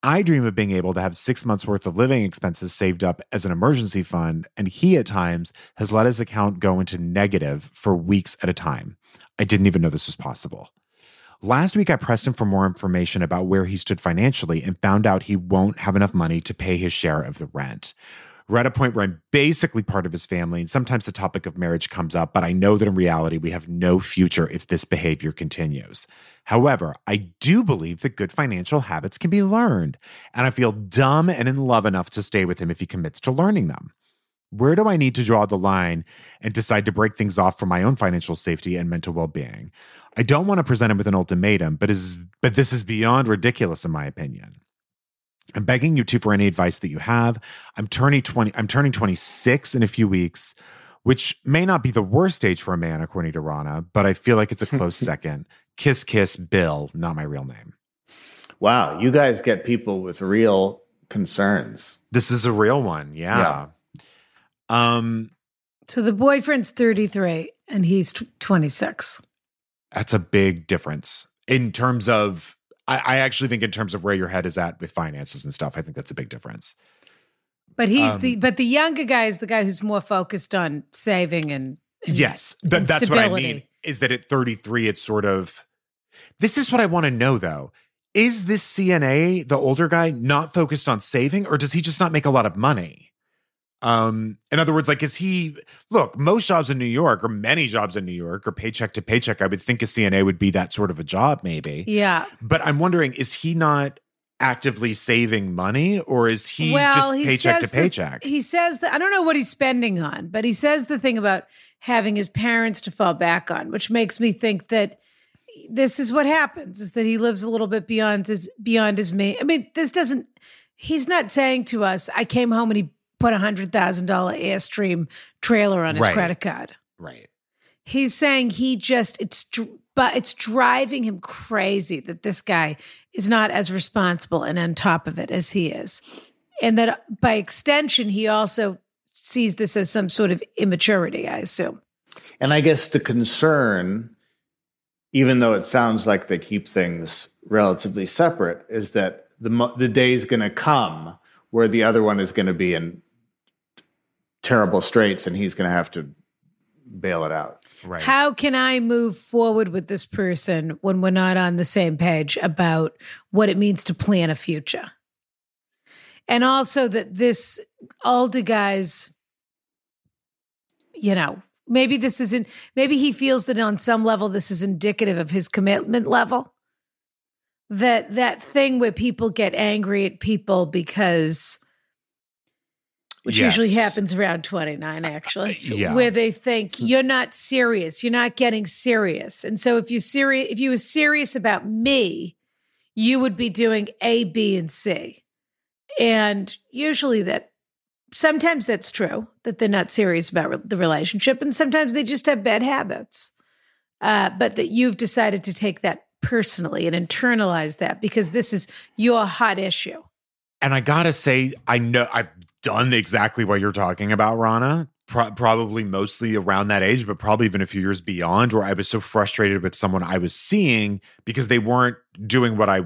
I dream of being able to have six months worth of living expenses saved up as an emergency fund, and he at times has let his account go into negative for weeks at a time. I didn't even know this was possible. Last week, I pressed him for more information about where he stood financially and found out he won't have enough money to pay his share of the rent. We're at a point where I'm basically part of his family, and sometimes the topic of marriage comes up, but I know that in reality, we have no future if this behavior continues. However, I do believe that good financial habits can be learned, and I feel dumb and in love enough to stay with him if he commits to learning them. Where do I need to draw the line and decide to break things off for my own financial safety and mental well-being? I don't want to present him with an ultimatum, but is but this is beyond ridiculous in my opinion. I'm begging you too for any advice that you have. I'm turning 20 I'm turning 26 in a few weeks, which may not be the worst age for a man according to Rana, but I feel like it's a close second. Kiss kiss Bill, not my real name.
Wow, you guys get people with real concerns.
This is a real one. Yeah. Um
So the boyfriend's 33 and he's tw- 26.
that's a big difference in terms of I, I actually think in terms of where your head is at with finances and stuff, I think that's a big difference.
But he's
Um,
the but the younger guy is the guy who's more focused on saving and, and
Yes, th- that's what I
stability.
mean. Is that at 33, it's sort of. This is what I want to know though. Is this CNA, the older guy, not focused on saving, or does he just not make a lot of money? Um, in other words, like, is he look, most jobs in New York or many jobs in New York or paycheck to paycheck, I would think a CNA would be that sort of a job, maybe.
Yeah.
But I'm wondering, is he not actively saving money or is he just paycheck
says
to
that-
paycheck?
he says that I don't know what he's spending on, but he says the thing about having his parents to fall back on, which makes me think that this is what happens: is that he lives a little bit beyond his beyond his me. I mean, this doesn't. He's not saying to us, "I came home and he put a hundred thousand dollar Airstream trailer on his
Right.
credit card."
right.
He's saying he just it's dr- but it's driving him crazy that this guy is not as responsible and on top of it as he is. And that by extension he also sees this as some sort of immaturity, I assume.
And I guess the concern, even though it sounds like they keep things relatively separate, is that the mo- the day's going to come where the other one is going to be in terrible straits, and he's going to have to bail it out.
Right.
How can I move forward with this person when we're not on the same page about what it means to plan a future? And also that this older guy's, you know, maybe this isn't, maybe he feels that on some level this is indicative of his commitment level. That that thing where people get angry at people because which usually
Yes.
happens around 29 actually
yeah.
where they think you're not serious you're not getting serious and so if you're serious if you were serious about me you would be doing a b and c and usually that sometimes that's true that they're not serious about re- the relationship and sometimes they just have bad habits uh, but that you've decided to take that personally and internalize that because this is your hot issue
And I gotta say, I know I've done exactly what you're talking about, Rana. Pro- probably mostly around that age, but probably even a few years beyond, where I was so frustrated with someone I was seeing because they weren't doing what I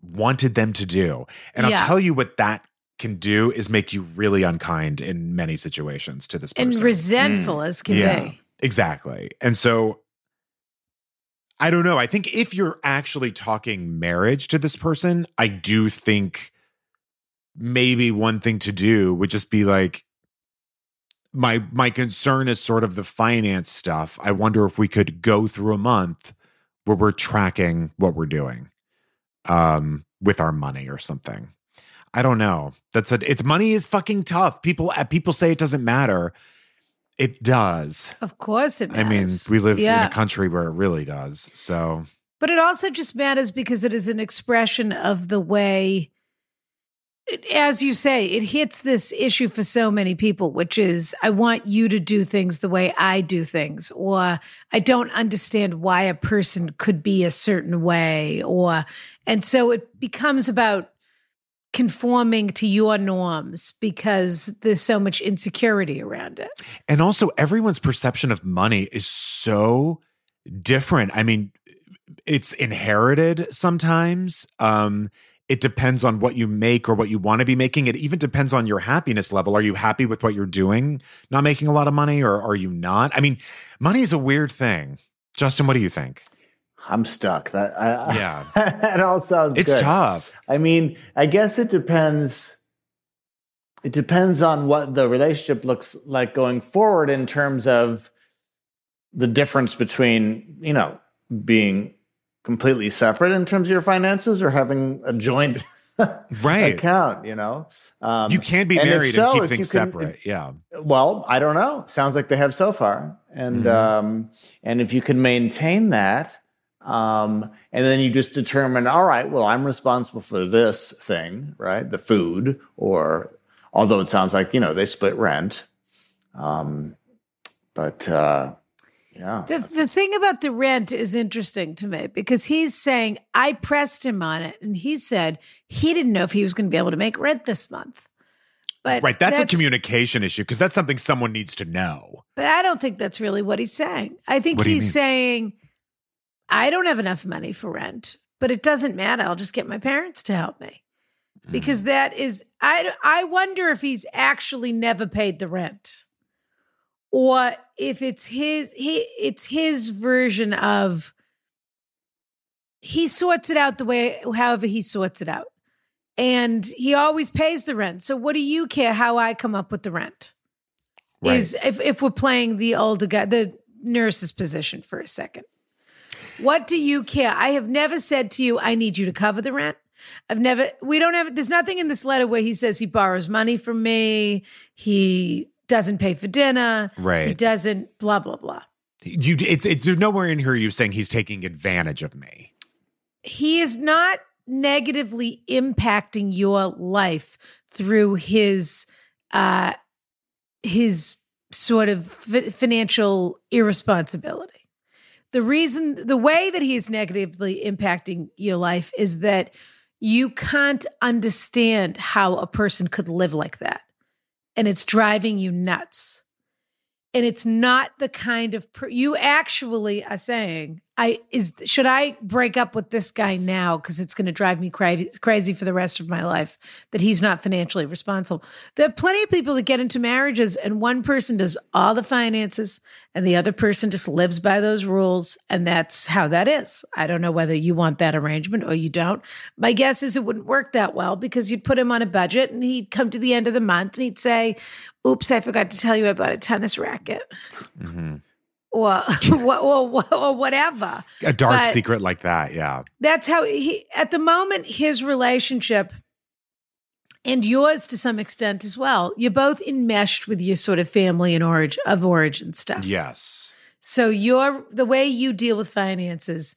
wanted them to do. And
Yeah.
I'll tell you what that can do is make you really unkind in many situations to this person.
and resentful as can
Mm. yeah,
be.
exactly. And so I don't know. I think if you're actually talking marriage to this person, I do think maybe one thing to do would just be like my my concern is sort of the finance stuff. I wonder if we could go through a month where we're tracking what we're doing um with our money or something. I don't know. That's a, it's money is fucking tough. People uh, people say it doesn't matter. It does.
Of course it
I mean,
matters.
we live in
Yeah.
a country where it really does. So
But it also just matters because it is an expression of the way, it, as you say, it hits this issue for so many people, which is I want you to do things the way I do things, or I don't understand why a person could be a certain way, or, and so it becomes about conforming to your norms because there's so much insecurity around it.
and also everyone's perception of money is so different i mean it's inherited sometimes um it depends on what you make or what you want to be making it even depends on your happiness level are you happy with what you're doing not making a lot of money or are you not i mean money is a weird thing justin what do you think
I'm stuck. That I,
Yeah.
[LAUGHS] it all sounds.
it's
good.
tough
I mean, I guess it depends. It depends on what the relationship looks like going forward in terms of the difference between, you know, being completely separate in terms of your finances or having a joint [LAUGHS]
right
account, you know? Um,
you can be
and if
married
so,
and keep
if you
things
can- if-
separate yeah
well, I don't know. Sounds like they have so far, and um, and if you can maintain that, um, and then you just determine, all right, well, I'm responsible for this thing, right? The food, or although it sounds like you know they split rent, um, but uh, yeah,
The, the thing about the rent is interesting to me because he's saying I pressed him on it and he said he didn't know if he was going to be able to make rent this month. But
right that's a communication issue because that's something someone needs to know
But I don't think that's really what he's saying. I think
What do you mean?
he's saying I don't have enough money for rent, but it doesn't matter. I'll just get my parents to help me.
Hmm.
Because that is I I wonder if he's actually never paid the rent. Or if it's his he it's his version of he sorts it out the way however he sorts it out. And he always pays the rent. So what do you care how I come up with the rent?
Right.
is if, if we're playing the older guy, the nurse's position for a second. What do you care? I have never said to you, I need you to cover the rent. I've never, we don't have, there's nothing in this letter where he says he borrows money from me. He doesn't pay for dinner. He
Right.
doesn't, blah, blah, blah.
You, it's it, there's nowhere in here you saying he's taking advantage of me.
He is not negatively impacting your life through his, uh, his sort of fi- financial irresponsibility. The reason, the way that he is negatively impacting your life is that you can't understand how a person could live like that. And it's driving you nuts. And it's not the kind of per- you actually are saying, I is should I break up with this guy now because it's going to drive me crazy crazy for the rest of my life that he's not financially responsible. There are plenty of people that get into marriages and one person does all the finances and the other person just lives by those rules. And that's how that is. I don't know whether you want that arrangement or you don't. My guess is it wouldn't work that well because you'd put him on a budget and he'd come to the end of the month and he'd say, Oops, I forgot to tell you about a tennis racket or, [LAUGHS] or, or, or whatever
A dark
But-
secret like that, yeah.
that's how he at the moment his relationship and yours to some extent as well you're both enmeshed with your sort of family and origin of origin stuff
Yes.
so your the way you deal with finances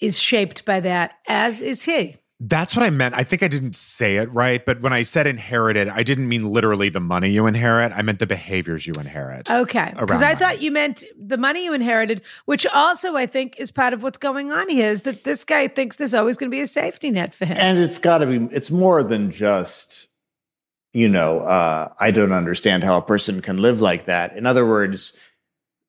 is shaped by that as is he
That's what I meant. I think I didn't say it right, but when I said inherited, I didn't mean literally the money you inherit. I meant the behaviors you inherit.
okay because
Around
i
that.
thought you meant the money you inherited which also i think is part of what's going on here is that this guy thinks there's always going to be a safety net for him
and it's got to be. It's more than just you know. Uh, I don't understand how a person can live like that. In other words.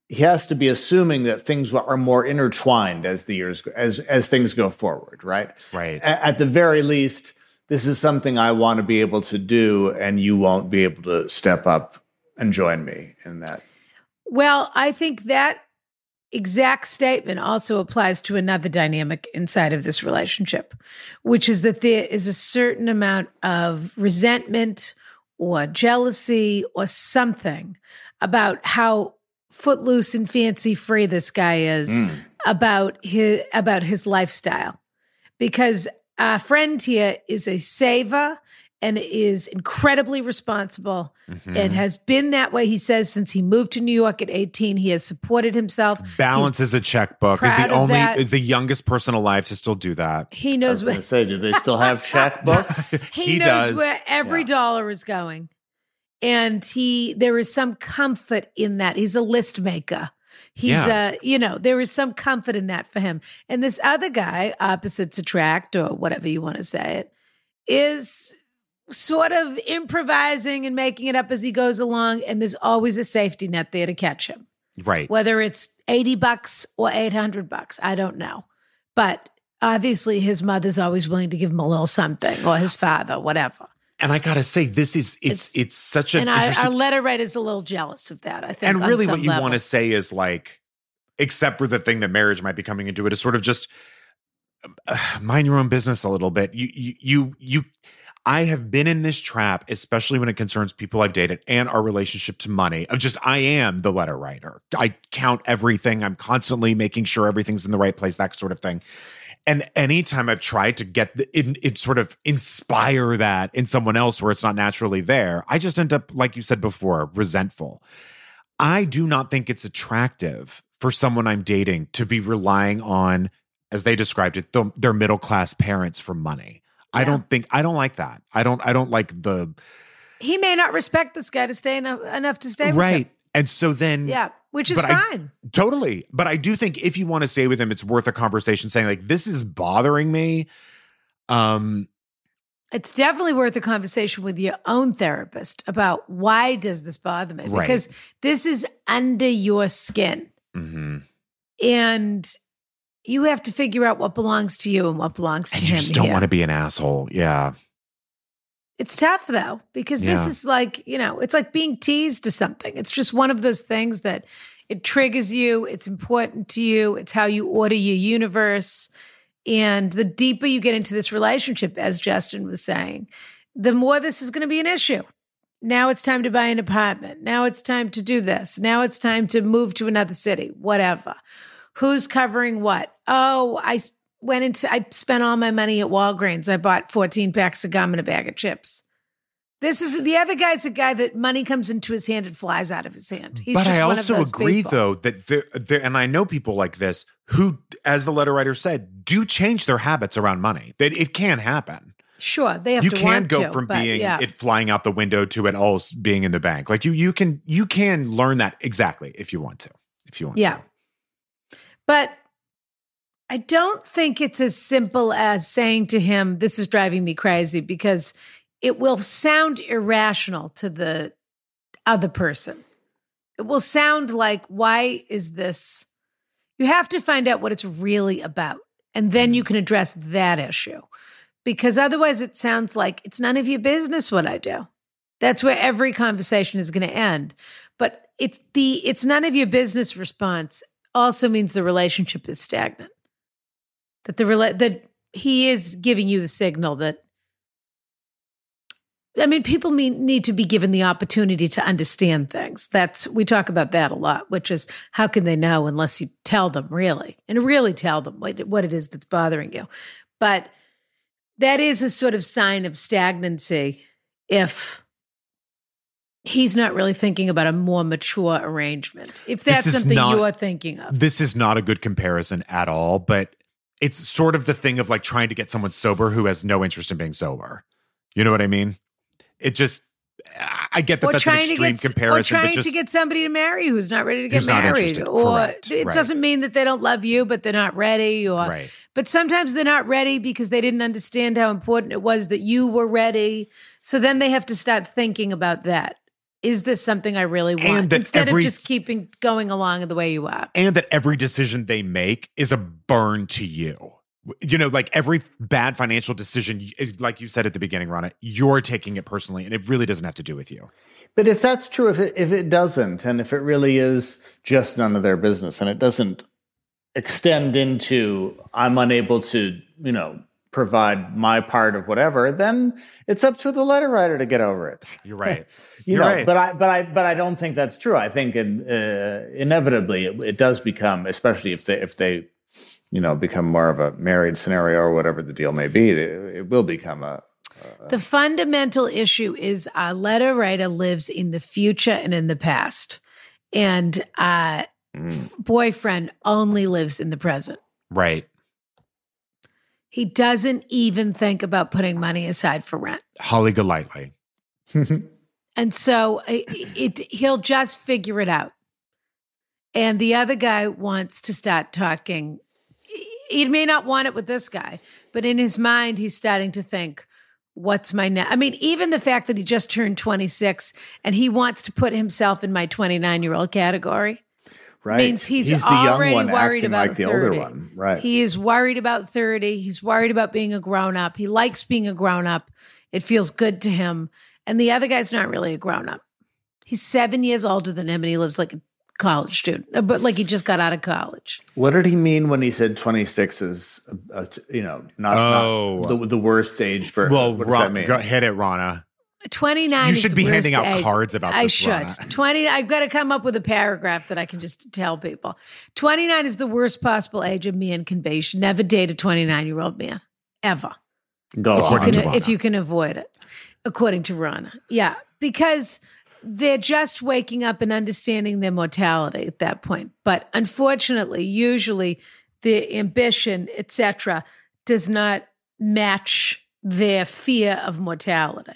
he has to be assuming that things are more intertwined as the years as as things go forward, right?
Right.
A- at the very least, this is something I want to be able to do, and you won't be able to step up and join me in that.
Well, I think that exact statement also applies to another dynamic inside of this relationship, which is that there is a certain amount of resentment or jealousy or something about how footloose and fancy free this guy is about his about his lifestyle because our friend here is a saver and is incredibly responsible and has been that way he says since he moved to new york at 18 he has supported himself
Balance is a checkbook. Is
proud
the
of
only
that.
is the youngest person alive to still do that.
he
I
knows
was going to
what
say, do they still have checkbooks?
he,
He
knows
does.
where every
Yeah.
dollar is going and he there is some comfort in that he's a list maker he's
Yeah.
uh you know there is some comfort in that for him and this other guy opposites attract or whatever you want to say it is sort of improvising and making it up as he goes along and there's always a safety net there to catch him
Right.
whether it's 80 bucks or 800 bucks i don't know but obviously his mother's always willing to give him a little something or his father whatever
And I gotta say, this is
It's-
it's it's, such an
and I,
interesting
our letter writer's a little jealous of that i think
and
on
really
some
what you
level.
want to say is like except for the thing that marriage might be coming into it is sort of just [SIGHS] uh, mind your own business a little bit you you you, you I have been in this trap, especially when it concerns people I've dated and our relationship to money. Of just, I am the letter writer. I count everything. I'm constantly making sure everything's in the right place, that sort of thing. And anytime I've tried to get the, it, it sort of inspire that in someone else where it's not naturally there, I just end up, like you said before, resentful. I do not think it's attractive for someone I'm dating to be relying on, as they described it, the, their middle class parents for money. I don't think I don't like that. I don't I don't like the
he may not respect this guy to stay enough, enough to stay with
right.
him.
And so then
yeah which is
But I-
fine
Totally. But I do think if you want to stay with him, it's worth a conversation saying, like, this is bothering me. Um,
it's definitely worth a conversation with your own therapist about why does this bother me
Right.
because this is under your skin
mhm.
and you have to figure out what belongs to you and what belongs to
and you
him.
just don't
here.
want to be an asshole. Yeah.
It's tough though, because
Yeah.
this is like, you know, it's like being teased to something. It's just one of those things that it triggers you, it's important to you, it's how you order your universe. And the deeper you get into this relationship, as Justin was saying, the more this is going to be an issue. Now it's time to buy an apartment. Now it's time to do this. Now it's time to move to another city, whatever. Who's covering what? Oh, I s- went into, I spent all my money at Walgreens. I bought 14 packs of gum and a bag of chips. This is the other guy's a guy that money comes into his hand and flies out of his hand. He's
but
just
I
one of
also
those
agree,
people.
though, that there, there, and I know people like this who, as the letter writer said, do change their habits around money. That it can happen.
Sure, they have
You
to
can
want
go
to,
from
but
being
yeah.
it flying out the window to it all s- being in the bank. Like you, you can, you can learn that exactly if you want to. If you want
Yeah.
to.
But I don't think it's as simple as saying to him, This is driving me crazy, because it will sound irrational to the other person. It will sound like, Why is this? You have to find out what it's really about. And then
Mm-hmm.
you can address that issue. Because otherwise, it sounds like it's none of your business what I do. That's where every conversation is going to end. But it's the it's none of your business response also means the relationship is stagnant. That the rela- that he is giving you the signal that I mean people mean, need to be given the opportunity to understand things. That's we talk about that a lot, which is how can they know unless you tell them really and really tell them what, what it is that's bothering you. But that is a sort of sign of stagnancy if he's not really thinking about a more mature arrangement. If
This
that's
is
something
not-
you're thinking of.
this is not a good comparison at all, but it's sort of the thing of like trying to get someone sober who has no interest in being sober. You know what I mean? It just, I I get that that's an extreme
s-
comparison,
or trying
but just
to get somebody to marry who's not ready to get
Who's not
married,
interested.
or
Correct.
it
Right.
doesn't mean that they don't love you, but they're not ready, or
right.
but sometimes they're not ready because they didn't understand how important it was that you were ready. So then they have to start thinking about that. Is this something I really want?
And that
Instead
every-
of just keeping going along the way you are.
And that every decision they make is a burn to you. you know, like every bad financial decision, y- eh, like you said at the beginning, Rana, you're taking it personally, and it really doesn't have to do with you.
But if that's true, if it, if it doesn't, and if it really is just none of their business, and it doesn't extend into I'm unable to, you know, provide my part of whatever, then it's up to the letter writer to get over it.
You're right.
[LAUGHS] You
You're
know,
right.
but I, but I, but I don't think that's true. I think in, uh, inevitably it, it does become, especially if they, if they, you know, become more of a married scenario or whatever the deal may be, it, it will become a.
Uh.
The fundamental issue is a letter writer lives in the future and in the past, and uh,
Mm.
boyfriend only lives in the present.
Right.
He doesn't even think about putting money aside for rent,
Holly Golightly.
and so it, it he'll just figure it out. And the other guy wants to start talking. He may not want it with this guy, but in his mind, he's starting to think, what's my next? I mean, even the fact that he just turned 26 and he wants to put himself in my 29 year old category
Right.
means he's,
he's the
already
young one
worried
acting
about
like the
30.
older one. Right.
He is worried about 30. He's worried about being a grown up. He likes being a grown up. It feels good to him. And the other guy's not really a grown up. He's seven years older than him and he lives like a college student, uh, but like he just got out of college.
What did he mean when he said 26 is, uh, uh, you know, not,
Oh.
not the, the worst age for,
Well,
what does that
Ron,
mean?
go, hit it, Rana.
29
You
is
should
the
be handing
worst
out
age.
cards about
I
this,
should.
Rana.
20 I've got to come up with a paragraph that I can just tell people. 29 is the worst possible age a man can be. You should never date a 29-year-old man ever.
Go
According
on.
to
can-
Rana.
if you can avoid it, according to Rana. Yeah, because they're just waking up and understanding their mortality at that point. But unfortunately, usually the ambition, etc., does not match their fear of mortality.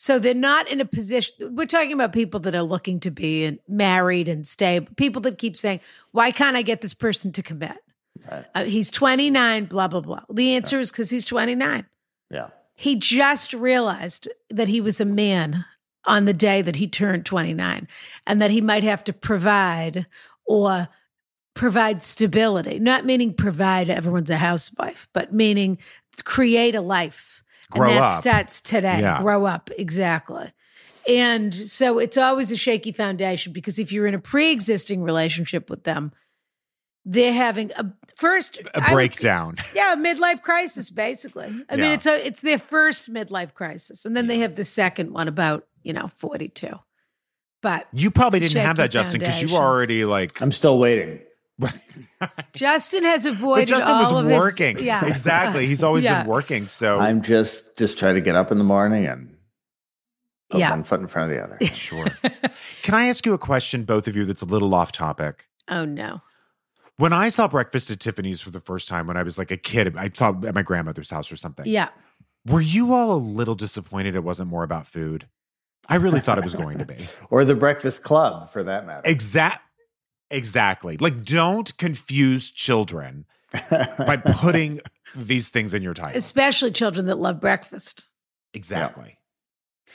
So they're not in a position. We're talking about people that are looking to be and married and stable. People that keep saying, "Why can't I get this person to commit?" Uh, he's 29, blah, blah, blah. The answer is because he's 29.
Yeah.
He just realized that he was a man on the day that he turned 29 and that he might have to provide or provide stability, not meaning provide everyone's a housewife, but meaning create a life.
Grow
and that
up.
starts today.
Yeah.
Grow up, exactly. And so it's always a shaky foundation because if you're in a pre existing relationship with them, they're having a first
A
I would-
breakdown.
yeah, a midlife crisis, basically. I
Yeah.
mean, it's a, it's their first midlife crisis, and then they have the second one about you know forty two. But
You probably
It's a
didn't have that,
shaky
Justin, because you were
foundation.
already like.
I'm still waiting.
Justin has avoided
But Justin
all
was
of his-
working.
yeah,
[LAUGHS] Exactly. He's always
Yeah.
been working. So
I'm just, just try to get up in the morning and put
Yeah.
one foot in front of the other.
sure.
[LAUGHS]
Can I ask you a question, both of you, that's a little off topic?
[LAUGHS] Oh no.
When I saw Breakfast at Tiffany's for the first time when I was like a kid, I saw it at my grandmother's house or something.
Yeah.
Were you all a little disappointed it wasn't more about food? I really thought it was going
[LAUGHS]
to be.
or the breakfast club for that matter.
Exact exactly. Like don't confuse children by putting these things in your title.
Especially children that love breakfast.
Exactly.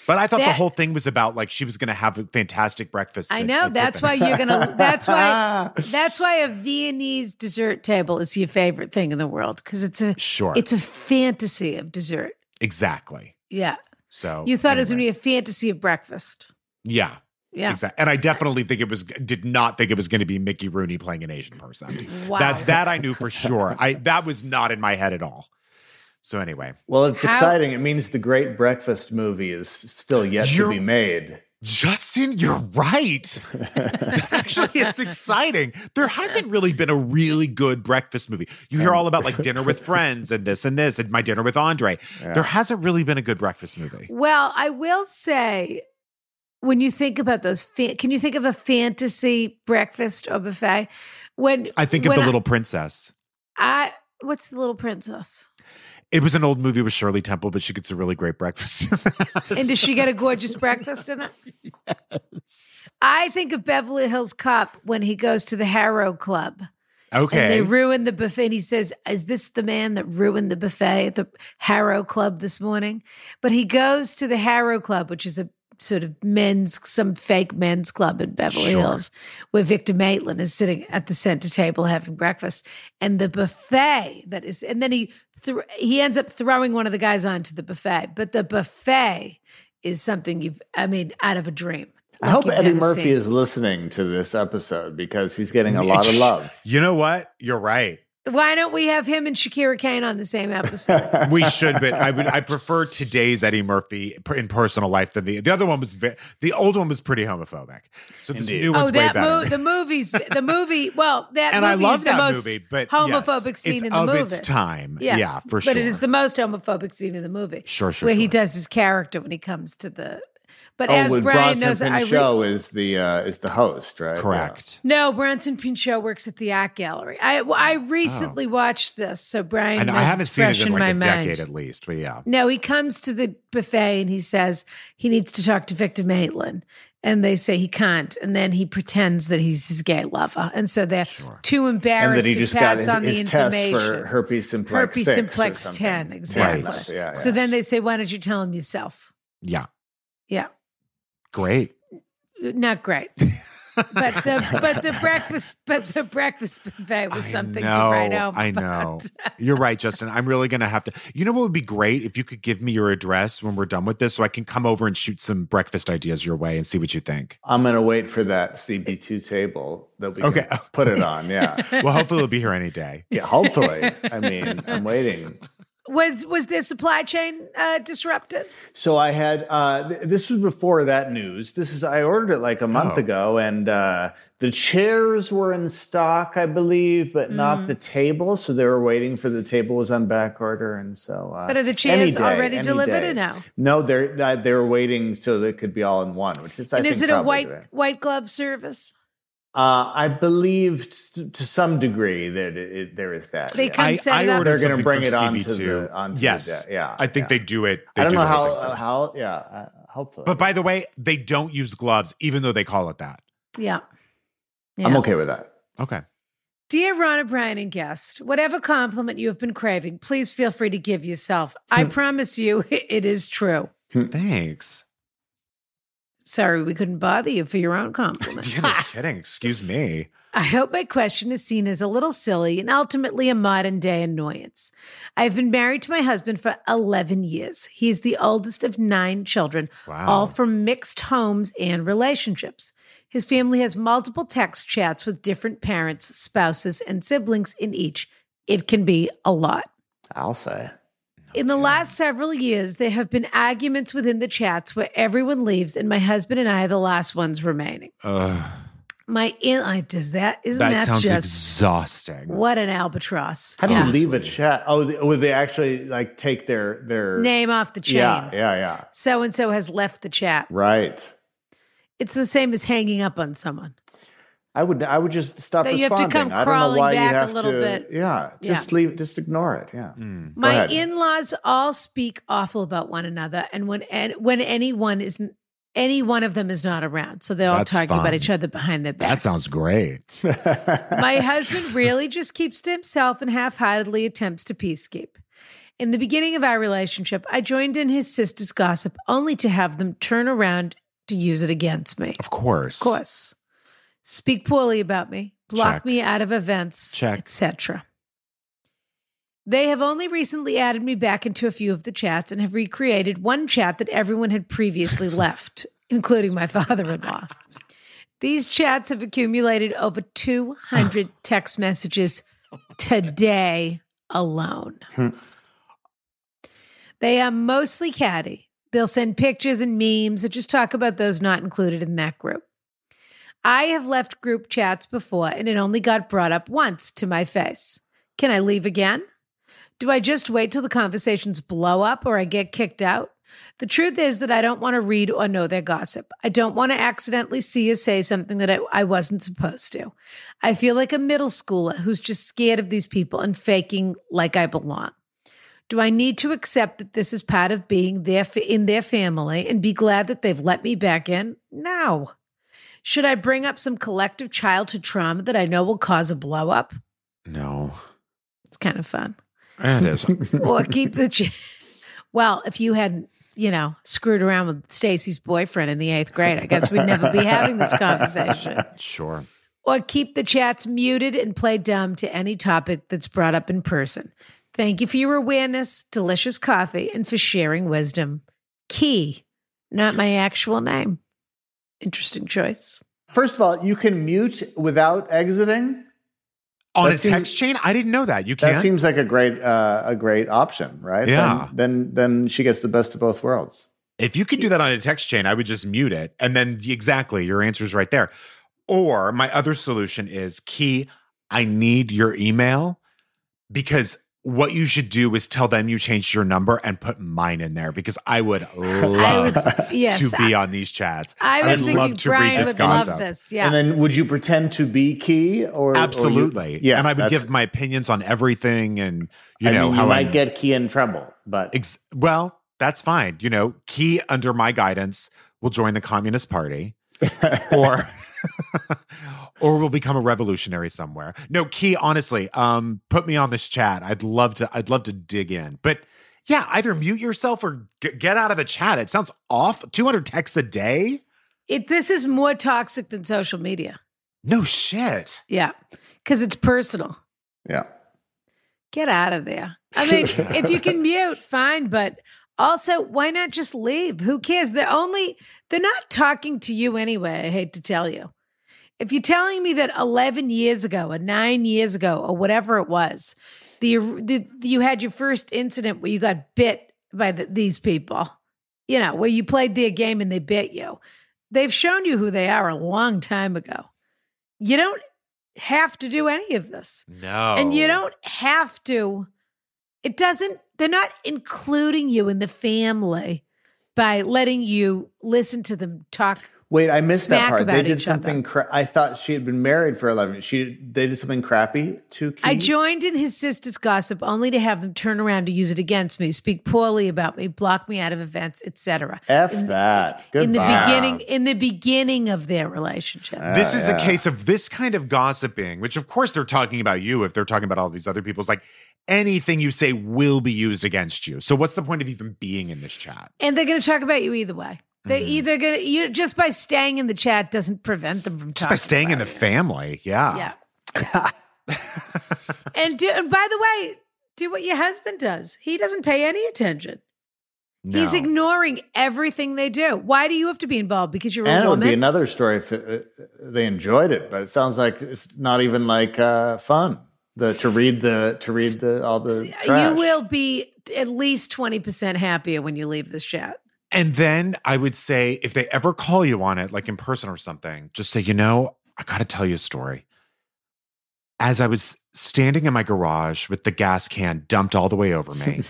But I thought the
That-
whole thing was about like she was going to have a fantastic breakfast.
I
at-
know.
at
That's why
Tiffany's.
you're
[LAUGHS]
gonna. That's why. That's why a Viennese dessert table is your favorite thing in the world because it's a
Sure.
it's a fantasy of dessert.
exactly.
Yeah.
So
You thought it was gonna
Oh, anyway.
be a fantasy of breakfast.
yeah.
Yeah.
Exactly. And I definitely think it was did not think it was going to be Mickey Rooney playing an Asian person.
Wow.
That that I knew for sure. I that was not in my head at all. So anyway,
Well, it's
How-
exciting. It means the great breakfast movie is still yet
You're-
to be made.
Justin, you're right. [LAUGHS] Actually, it's exciting. There hasn't really been a really good breakfast movie. You hear all about like dinner with friends and this and this and my dinner with Andre. There hasn't really been a good breakfast movie.
Well, I will say, when you think about those, fa- can you think of a fantasy breakfast or buffet? When
I think of
when
The Little Princess.
I, what's the little
[LAUGHS]
princess?
It was an old movie with Shirley Temple, but she gets a really great breakfast. [LAUGHS]
And does she get a gorgeous breakfast in it? I think of Beverly Hills Cop when he goes to the Harrow Club and
okay.
they ruin the buffet. And he says, "Is this the man that ruined the buffet at the Harrow Club this morning?" But he goes to the Harrow Club, which is a sort of men's, some fake men's club in Beverly
Sure.
Hills where Victor Maitland is sitting at the center table having breakfast. And the buffet that is, and then he, thr he ends up throwing one of the guys onto the buffet. But the buffet is something you've, I mean, out of a dream.
I hope
Like you've
Eddie
never
Murphy
seen.
is listening to this episode because he's getting
[LAUGHS]
a lot of love.
You know what? You're right.
Why don't we have him and Shakira Kane on the
[LAUGHS]
same episode?
We should, but I would. I
[LAUGHS]
prefer today's Eddie Murphy per- in personal life than the the other one was. Ve- the old one was pretty homophobic, so this
Indeed.
new one's
oh,
way
that
better.
movie, the movies, the movie. Well, that
and
movie
I love
is the
that
most
movie, but yes,
homophobic scene
it's
in the
of
movie.
its time.
Yes,
Yeah, for
but
sure.
it is the most homophobic scene in the movie.
Sure, sure,
Where he
sure.
does his character when he comes to the. But
Oh,
as
with
Brian
Bronson
knows, I re-
Pinchot is the uh, is the host,
[LAUGHS]
right?
correct.
no Bronson Pinchot works at the Art Gallery. I well, I recently watched this, so Brian.
Oh. And
knows
I haven't
it's
seen it
fresh
in like
my
a
mind.
decade at least, but yeah.
No, he comes to the buffet and he says he needs to talk to Victor Maitland. And they say he can't. And then he pretends that he's his gay lover. And so they're too
Yeah. And
embarrassed
that he
to
just got
pass
his,
on
his
the
test
information.
for herpes simplex
Herpes
6 or
simplex
something.
10, exactly.
Right.
Yeah, yeah.
So then they say, why don't you tell him yourself?
Yeah.
Yeah.
Great.
Not great. but the
[LAUGHS]
but the breakfast but the breakfast buffet was
I
something
know,
to write home.
I
about.
know. You're right, Justin. I'm really going to have to. You know what would be great? If you could give me your address when we're done with this so I can come over and shoot some breakfast ideas your way and see what you think.
I'm gonna wait for that CB2 table that we
Okay.
can put it
[LAUGHS]
on. Yeah,
Well, hopefully it'll be here any day.
yeah. Hopefully, I mean, I'm waiting.
Was was their supply chain uh, disrupted?
So I had uh, th- this was before that news. This is I ordered it like a month
Oh.
ago, and uh, the chairs were in stock, I believe, but
Mm.
not the table. So they were waiting for the table was on back order, and so. Uh,
But are the
any
chairs
day,
already
any
delivered
day.
or no?
No, they're uh, they're waiting so they could be all in one. Which is I
and
think
is it a
probably
white
the way.
white glove service?
Uh, I believe t- to some degree that it, it, there is that.
They
yeah.
come set it up.
ordered
They're gonna
something
bring
from
it onto
CB2.
the- onto the
yes.
de- yeah,
I think
yeah.
they do it. They
I don't
do
know
the whole
how
thing
uh,
first.
how yeah. Uh, hopefully,
But by the way, they don't use gloves, even though they call it that.
Yeah.
I'm
Yeah.
okay with that.
Okay.
Dear Ron O'Brien and guest, whatever compliment you have been craving, please feel free to give yourself. I promise you, [LAUGHS] it is true.
Hmm.
Thanks.
Sorry, we couldn't bother you for your own compliment.
[LAUGHS] You're not kidding. Excuse me.
I hope my question is seen as a little silly and ultimately a modern day annoyance. I've been married to my husband for 11 years. He is the oldest of nine children,
Wow.
all from mixed homes and relationships. His family has multiple text chats with different parents, spouses, and siblings in each. It can be a lot.
I'll say.
In the last several years, there have been arguments within the chats where everyone leaves, and my husband and I are the last ones remaining.
Ugh,
My in, I does that isn't
that,
that,
sounds
just
exhausting.
what an albatross?
How do you
Yeah.
leave a chat? Oh, th- would they actually like take their their
Name off the chain.
Yeah, yeah, yeah.
So and so has left the chat.
Right.
It's the same as hanging up on someone.
I would I would just stop
That you have to
responding.
come
I don't know
crawling
why you
back a
have
little
to.
bit.
Yeah, just leave. Just ignore it. Yeah.
Mm.
Go
My
ahead.
in-laws all speak awful about one another, and when and when anyone is any one of them is not around, so they're
That's
all talking about
fun.
each other behind their
That
backs.
sounds great.
My husband really just keeps to himself and half heartedly attempts to peacekeep. In the beginning of our relationship, I joined in his sister's gossip only to have them turn around to use it against me.
Of course.
Of course. Speak poorly about me, block
Check.
me out of events,
Check.
etc. They have only recently added me back into a few of the chats and have recreated one chat that everyone had
[LAUGHS]
previously left, including my father in law. These chats have accumulated over
[SIGHS]
200 text messages today alone.
Hmm.
They are mostly catty. They'll send pictures and memes or just talk about those not included in that group. I have left group chats before and it only got brought up once to my face. Can I leave again? Do I just wait till the conversations blow up or I get kicked out? The truth is that I don't want to read or know their gossip. I don't want to accidentally see or say something that I, I wasn't supposed to. I feel like a middle schooler who's just scared of these people and faking like I belong. Do I need to accept that this is part of being there for, in their family and be glad that they've let me back in? No. Should I bring up some collective childhood trauma that I know will cause a blow up?
No.
It's kind of fun.
It is.
Or keep the ch- [LAUGHS] Well, if you hadn't you know, screwed around with Stacy's boyfriend in the eighth grade. I guess we'd never be having this conversation.
[LAUGHS]
Sure.
Or keep the chats muted and play dumb to any topic that's brought up in person. Thank you for your awareness, delicious coffee, and for sharing wisdom. Key, not my actual name. Interesting choice.
First of all, you can mute without exiting.
On
That
a
seems-
text chain? I didn't know that. You
That
can't.
seems like a great uh, a great option, right?
Yeah.
Then, then then she gets the best of both worlds.
If you could do that on a text chain, I would just mute it. And then exactly, your answer's right there. Or my other solution is Key, I need your email because what you should do is tell them you changed your number and put mine in there because
[LAUGHS]
I would love
was- yes,
to be on these chats.
I was
would
thinking
love to
Brian
read this
would
concept.
love this. Yeah.
And then would you pretend to be Key or or you-
Absolutely.
yeah.
And I would
that's-
give my opinions on everything and, you
I
know,
mean,
how
you
I
might get Key in trouble, but
Ex- well, that's fine. You know, Key, under my guidance, will join the Communist Party, or [LAUGHS] or will become a revolutionary somewhere. No, Key, honestly, um, put me on this chat. I'd love to. I'd love to dig in, but. Yeah, either mute yourself or g- get out of the chat. It sounds off. 200 texts a day?
it, this is more toxic than social media.
No shit.
Yeah. Because it's personal.
yeah.
Get out of there. I mean, if you can mute, fine, but also why not just leave? Who cares? They're only they're not talking to you anyway, I hate to tell you. If you're telling me that 11 years ago or 9 years ago or whatever it was, the, the you had your first incident where you got bit by the, these people, you know, where you played their game and they bit you. They've shown you who they are a long time ago. You don't have to do any of this.
No.
And you don't have to. It doesn't, they're not including you in the family by letting you listen to them talk.
Wait, I missed
Smack
that part. They
about
did
each other.
something. Cra- I thought she had been married for eleven. She they did something crappy to Key.
I joined in his sister's gossip only to have them turn around to use it against me, speak poorly about me, block me out of events, etc.
F that. Goodbye.
In the beginning, in the beginning of their relationship.
This is a case of this kind of gossiping, which of course they're talking about you if they're talking about all these other people. It's like anything you say will be used against you. So what's the point of even being in this chat?
and they're going to talk about you either way. They're
Mm-hmm.
either going to, you just by staying in the chat doesn't prevent them from talking.
Just by staying in the family. Yeah.
Yeah.
[LAUGHS]
and do and by the way, do what your husband does. He doesn't pay any attention.
No.
He's ignoring everything they do. Why do you have to be involved? Because you're
and
a
it would
woman.
be another story if uh, they enjoyed it, but it sounds like it's not even like uh, fun. The to read the to read the all the trash.
you will be at least 20% happier when you leave this chat.
and then I would say if they ever call you on it, like in person or something, just say, you know, I gotta tell you a story. As I was standing in my garage with the gas can dumped all the way over me,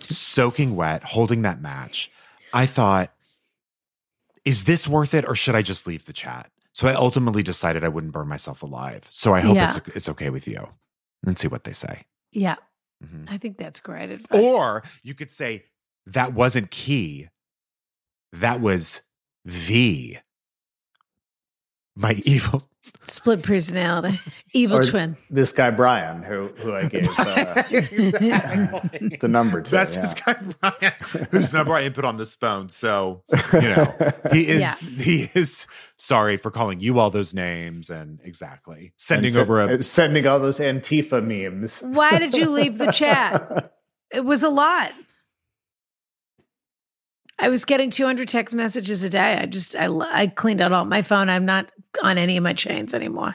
soaking wet, holding that match, I thought, is this worth it or should I just leave the chat? So I ultimately decided I wouldn't burn myself alive. So I hope
Yeah.
it's it's okay with you. And see what they say.
Yeah.
Mhm.
I think that's great advice.
Or you could say that wasn't key. That was the my
[LAUGHS]
evil.
split personality, evil
Or-
twin.
This guy Brian, who who I gave
[LAUGHS]
[LAUGHS]
uh, [LAUGHS]
exactly.
the number to.
That's
yeah.
this guy Brian, whose number I input on this phone. So you know
[LAUGHS]
he is
Yeah.
he is sorry for calling you all those names and exactly
And
sending
se-
over a
and sending all those Antifa memes.
Why did you leave the chat? It was a lot. I was getting 200 text messages a day. I just, I, I cleaned out all my phone. I'm not on any of my chains anymore.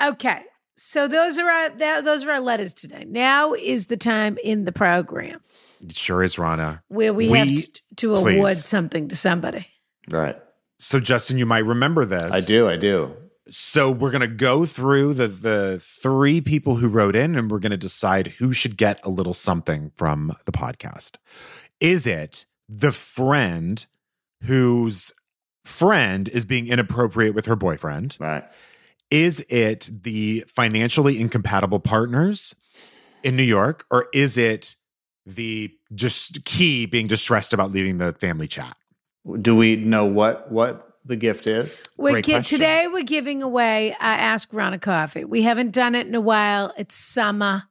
Okay. So those are our, tha- those are our letters today. Now is the time in the program
It sure is Rana.
where we, have
We-
to, to
please.
award something to somebody.
Right.
So Justin, you might remember this.
I do. I do.
So we're gonna go through the the three people who wrote in, and we're gonna decide who should get a little something from the podcast. Is it the friend whose friend is being inappropriate with her boyfriend?
Right.
Is it the financially incompatible partners in New York, or is it the just key being distressed about leaving the family chat?
Do we know what what the gift is?
We're
Great
gi-
question.
today we're giving away uh, Ask Rana Coffee. We haven't done it in a while. It's summer.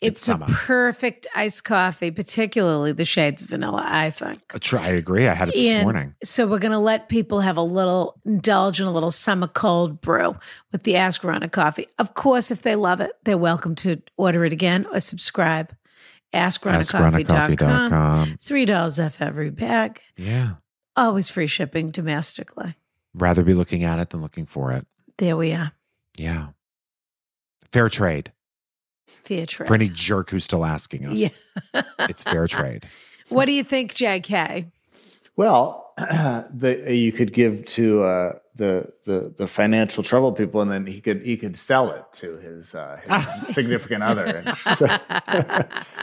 It's, a
summer.
perfect iced coffee, particularly the shades of vanilla, I think.
Uh, tr- I agree. I had it this
And
morning.
So we're going to let people have a little indulge in a little summer cold brew with the Askarana coffee. Of course, if they love it, they're welcome to order it again or subscribe. AskRonaCoffee.com.
AskRonaCoffee.com.
$3 off every bag.
Yeah.
Always free shipping domestically.
Rather be looking at it than looking for it.
There we are.
Yeah. Fair trade.
Fair trade.
For any jerk who's still asking us.
Yeah.
It's fair trade.
What do you think, JK?
Well, [CLEARS THROAT] the, you could give to uh, the, the the financial trouble people, and then he could he could sell it to his, uh,
[LAUGHS]
his significant other so,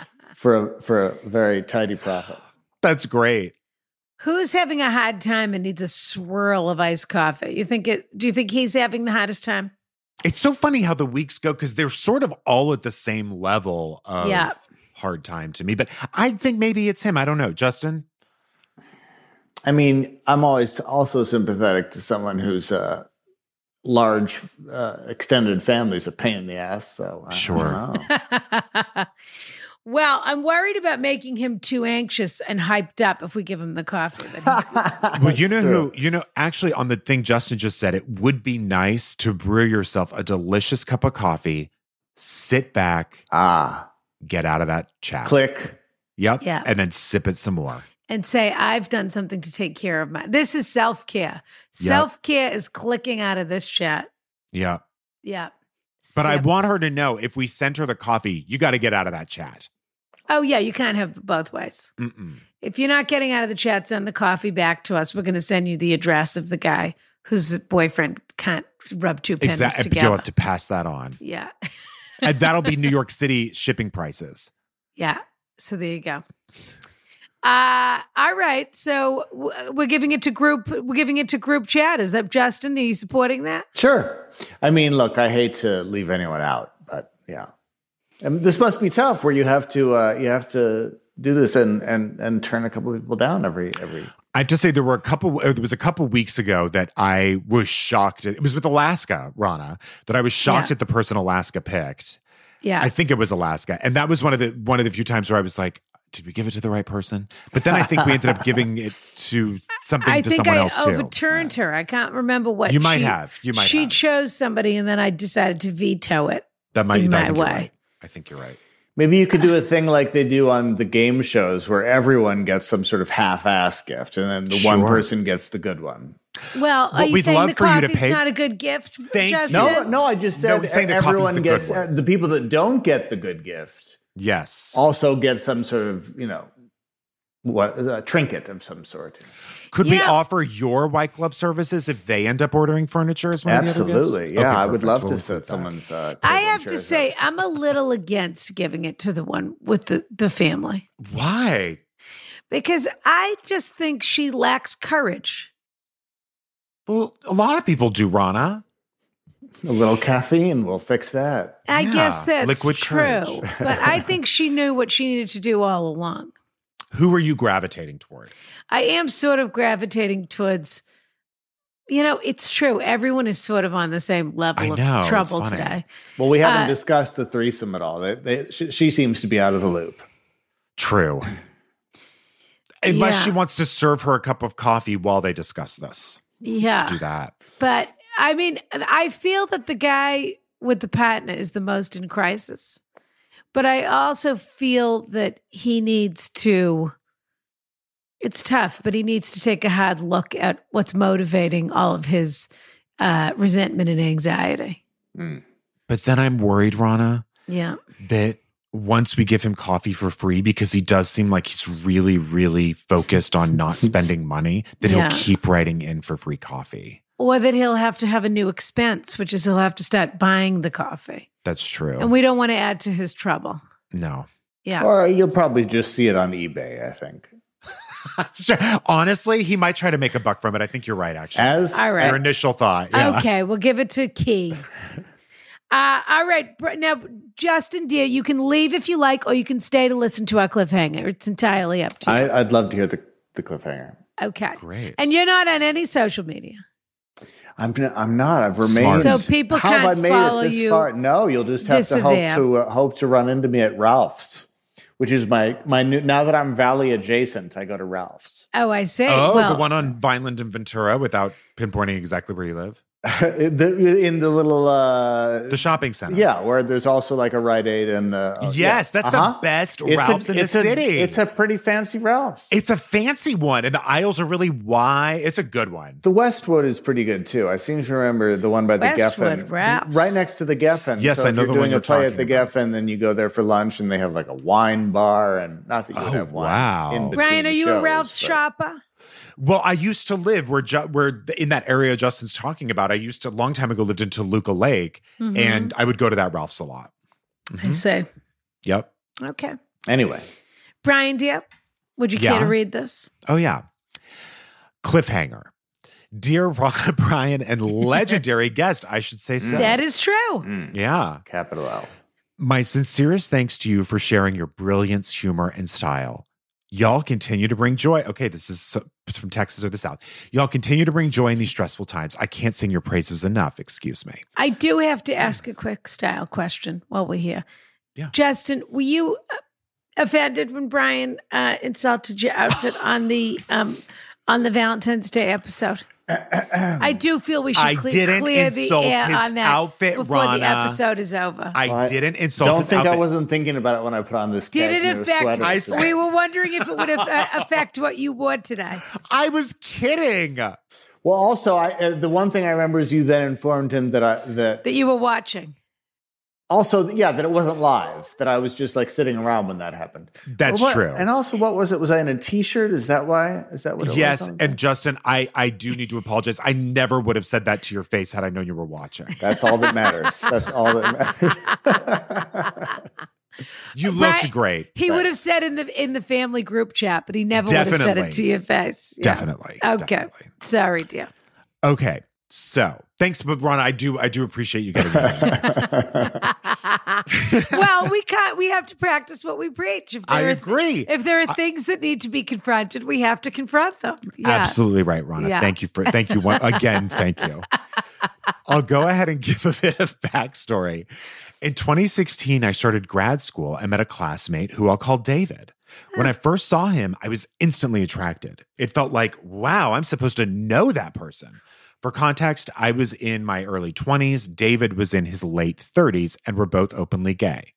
[LAUGHS] for a, for a very tidy profit.
That's great.
Who's having a hard time and needs a swirl of iced coffee? You think it do you think he's having the hardest time? [LAUGHS]
It's so funny how the weeks go because they're sort of all at the same level of
Yeah.
hard time to me. But I think maybe it's him. I don't know. Justin?
I mean, I'm always also sympathetic to someone whose uh, large uh, extended family's a pain in the ass. So I don't
Sure.
know.
well, I'm worried about making him too anxious and hyped up if we give him the coffee. But
[LAUGHS]
he's,
[LAUGHS] Well, you know
That's
who,
true.
you know, actually, on the thing Justin just said, it would be nice to brew yourself a delicious cup of coffee, sit back,
Ah,
get out of that chat.
click.
Yep.
Yeah.
And then sip it some more.
and say, I've done something to take care of my this is self-care.
Yep.
Self-care is clicking out of this chat.
Yeah.
Yeah.
But I
Sip.
want her to know if we sent her the coffee, you got to get out of that chat.
Oh yeah, you can't have both ways.
Mm-mm.
If you're not getting out of the chat, send the coffee back to us. We're going to send you the address of the guy whose boyfriend can't rub two pennies
Exactly. You'll
together.
have to pass that on.
yeah, [LAUGHS]
and that'll be New York City shipping prices.
yeah. So there you go. Uh, all right. So w- we're giving it to group. We're giving it to group chat. Is that Justin? Are you supporting that?
Sure. I mean, look, I hate to leave anyone out, but yeah, and this must be tough where you have to uh, you have to do this and and and turn a couple of people down every
[SIGHS]
every.
I have to say there were a couple. uh, There was a couple weeks ago that I was shocked. It was with Alaska, Rana, that I was shocked
Yeah.
at the person Alaska picked.
Yeah.
I think it was Alaska, and that was one of the one of the few times where I was like, "Did we give it to the right person?" But then I think we ended up giving it to something
[LAUGHS] I
to
think
someone
I
else
overturned her. I can't remember what
You might
she-
have. You might
She
have.
chose somebody, and then I decided to veto it.
too. That might
in
I
my
think you're
way.
right. I think you're right.
Maybe you could do a thing like they do on the game shows where everyone gets some sort of half-ass gift, and then the one
Sure.
person gets the good one.
Well, are
What
you
we'd
saying
love
the
for you to
coffee's
pay-
not a good gift,
Thank you.
Justin?
No, no, I just
No,
said
we're saying the coffee's
everyone
the good
gets
one.
the people that don't get the good gift
Yes.
also get some sort of you know what a trinket of some sort.
Could we
Yeah.
offer your white glove services if they end up ordering furniture as one of the other
Absolutely,
gifts?
yeah,
Okay,
I would
perfect.
love
We'll
to
include
set
that.
someone's. Uh, table
I
and
have to
chairs up.
say, I'm a little against giving it to the one with the, the family
Why?
because I just think she lacks courage.
Well, a lot of people do, Rana.
A little caffeine will fix that.
I guess
Yeah,
that's
liquid
true.
courage.
but
[LAUGHS]
I think she knew what she needed to do all along.
Who are you gravitating toward?
I am sort of gravitating towards, you know, it's true. Everyone is sort of on the same level
I
of
know, it's
trouble
funny.
today.
Well, we haven't
Uh,
discussed the threesome at all. They, they, she, she seems to be out of the loop.
True. Unless
Yeah.
she wants to serve her a cup of coffee while they discuss this.
Yeah.
Do that.
But I mean, I feel that the guy with the partner is the most in crisis. But I also feel that he needs to, it's tough, but he needs to take a hard look at what's motivating all of his uh, resentment and anxiety.
But then I'm worried, Rana,
Yeah.
that once we give him coffee for free, because he does seem like he's really, really focused on
[LAUGHS]
not spending money, that
Yeah.
he'll keep writing in for free coffee.
Or that he'll have to have a new expense, which is he'll have to start buying the coffee.
That's true.
And we don't want to add to his trouble.
no. [LAUGHS]
Yeah.
Or you'll probably just see it on eBay, I think.
Honestly, he might try to make a buck from it. I think you're right, actually.
As
All right.
Your initial thought. Yeah.
Okay, we'll give it to
[LAUGHS]
Key. Uh, all right, Br- now Justin, dear, you can leave if you like, or you can stay to listen to our cliffhanger. It's entirely up to you.
I, I'd love to hear the, the cliffhanger.
okay,
Great.
And you're not on any social media.
I'm gonna, I'm not. I've
Smart.
remained.
So
people
how have
can't
I made
follow
it this
you
far? No, you'll just have
this
to
and
hope
that.
to uh, hope to run into me at Ralph's, which is my my new. Now that I'm Valley adjacent, I go to Ralph's. [LAUGHS]
Oh, I say.
[LAUGHS] Oh,
well,
the one on Vineland and Ventura without pinpointing exactly where you live.
The- in the little uh,
The shopping center.
Yeah, where there's also like a Rite Aid and uh, uh,
Yes,
yeah.
that's the best Ralph's in the
it's
city.
It's a pretty fancy Ralph's.
It's a fancy one, and the aisles are really wide. It's a good one.
the Westwood is pretty good too. I seem to remember the one by the
Westwood
Geffen,
Ralph's.
right next to the Geffen.
Yes,
so
I
if
know
you're
the one
doing
you're
a play at the
talking about.
Geffen, then you go there for lunch, and they have like a wine bar, and not that you
Oh,
would have wine.
wow.
in between
Brian, are
the
you a
shows,
Ralph's
but-
shopper?
Well, I used to live where ju- where in that area Justin's talking about. I used to a long time ago lived in Toluca Lake,
Mm-hmm.
and I would go to that Ralph's a lot. Mm-hmm.
I say.
Yep.
Okay.
Anyway,
Brian, dear, would you care
Yeah.
to read this?
Oh, yeah. Cliffhanger. Dear Ron, [LAUGHS] Brian and
[LAUGHS]
legendary guest, I should say so.
That is true.
Mm.
yeah.
capital L.
My sincerest thanks to you for sharing your brilliance, humor, and style. Y'all continue to bring joy. Okay, this is so- from Texas or the South. Y'all continue to bring joy in these stressful times. I can't sing your praises enough. Excuse me.
I do have to ask a quick style question while we're here.
Yeah.
Justin, were you uh, offended when Brian uh, insulted your
[SIGHS]
outfit on the um, on the Valentine's Day
[CLEARS THROAT]
episode? I do feel we should
I
cle-
didn't
clear
insult
the air
his
on that
outfit,
before the
Rana.
episode is over.
I
Well, I
didn't insult.
Don't
his
think I
outfit.
wasn't thinking about it when I put on this.
Did it
cashmere
affect?
sweater
I-
today.
we were wondering if it would have, uh, affect what you wore today.
I was kidding.
Well, also, I uh, the one thing I remember is you then informed him that I that
That you were watching.
Also, yeah, that it wasn't live. That I was just like sitting around when that happened.
That's
What-
true.
And also, what was it? Was I in a T-shirt? Is that why? Is that what? It
Yes,
was on there?
and Justin, I I do need to apologize. I never would have said that to your face had I known you were watching.
that's all that matters. That's all that [LAUGHS] matters.
You
Right.
looked great,
He would have said in the in the family group chat, but he never would have said it
Definitely.
to your face. Yeah.
definitely.
Okay.
definitely.
Sorry, dear.
Okay. So thanks, but Ron, I do I do appreciate you getting. it.
well, we can't. We have to practice what we preach. If
I
there are th-
agree.
if there are things that need to be confronted, we have to confront them. Yeah.
Absolutely right, Ronna.
Yeah.
Thank you for thank you one, again. Thank
[LAUGHS]
you. I'll go ahead and give a bit of backstory. In 2016, I started grad school and met a classmate who I'll call David.
Ah.
When I first saw him, I was instantly attracted. It felt like, wow, I'm supposed to know that person. For context, I was in my early 20s, David was in his late 30s, and we're both openly gay.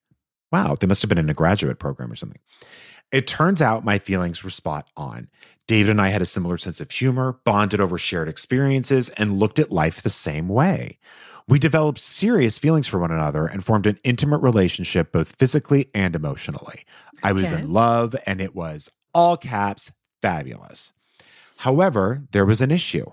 Wow, they must have been in a graduate program or something. It turns out my feelings were spot on. David and I had a similar sense of humor, bonded over shared experiences, and looked at life the same way. We developed serious feelings for one another and formed an intimate relationship, both physically and emotionally. I was
Okay.
in love, and it was all caps fabulous. However, there was an issue.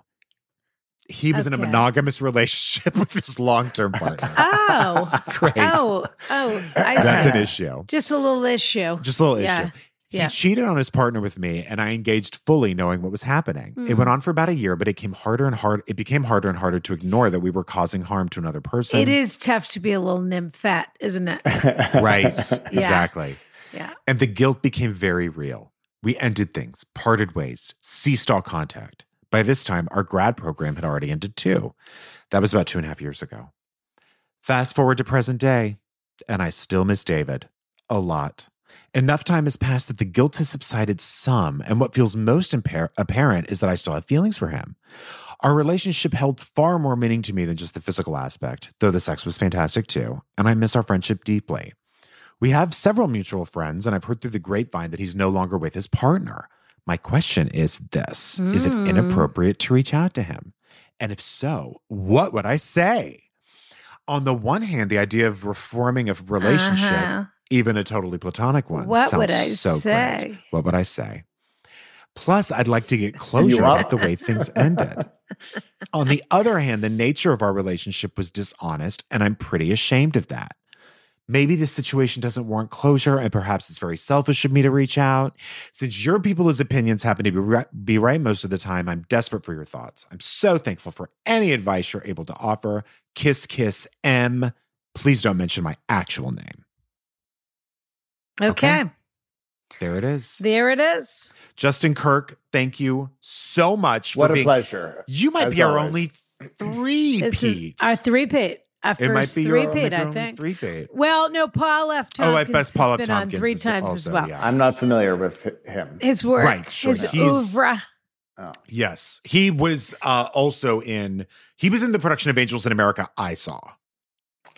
He was in a
Okay.
monogamous [LAUGHS] relationship with his
[LAUGHS]
long term partner.
Oh.
[LAUGHS] Great.
Oh. Oh. I
That's
see.
an issue.
Just a little issue.
Just a little
Yeah.
issue.
Yeah.
He cheated on his partner with me, and I engaged fully, knowing what was happening. It
Mm.
went on for about a year, but it came harder and hard. It became harder and harder to ignore that we were causing harm to another person.
It is tough to be a little nymphet, isn't it?
[LAUGHS] right,
[LAUGHS]
exactly.
Yeah.
And the guilt became very real. We ended things, parted ways, ceased all contact. By this time, our grad program had already ended too. That was about two and a half years ago. Fast forward to present day, and I still miss David a lot. Enough time has passed that the guilt has subsided some, and what feels most impar- apparent is that I still have feelings for him. Our relationship held far more meaning to me than just the physical aspect, though the sex was fantastic too, and I miss our friendship deeply. We have several mutual friends, and I've heard through the grapevine that he's no longer with his partner. My question is this Is it inappropriate to reach out to him? And if so, what would I say? On the one hand, the idea of reforming a relationship,
Uh-huh.
even a totally platonic one,
What would
sounds
I
so great.
say?
What would I say? Plus, I'd like to get closure
up?
about the way things ended. On the other hand, the nature of our relationship was dishonest, and I'm pretty ashamed of that. Maybe this situation doesn't warrant closure, and perhaps it's very selfish of me to reach out. Since your people's opinions happen to be right, be right most of the time, I'm desperate for your thoughts. I'm so thankful for any advice you're able to offer. Kiss, kiss, M. Please don't mention my actual name.
Okay.
There it is.
There it is.
Justin Kirk, thank you so much for
[LAUGHS] what a
being
pleasure.
You might
As
be our
always.
only three
This is
Pete.
our three pit. Our
it might
first
be
three
your,
pit,
maybe
I
your only
think.
three Pete.
Well, no, Paul F. Tompkins
Oh, I bet Paul
has
F.
been
Tompkins
on three
is
times as
also-
well.
yeah.
I'm not familiar with hi- him.
His work,
Right, sure,
his
he's-
oeuvre.
Yes, he was uh, also in. He was in the production of Angels in America. I saw.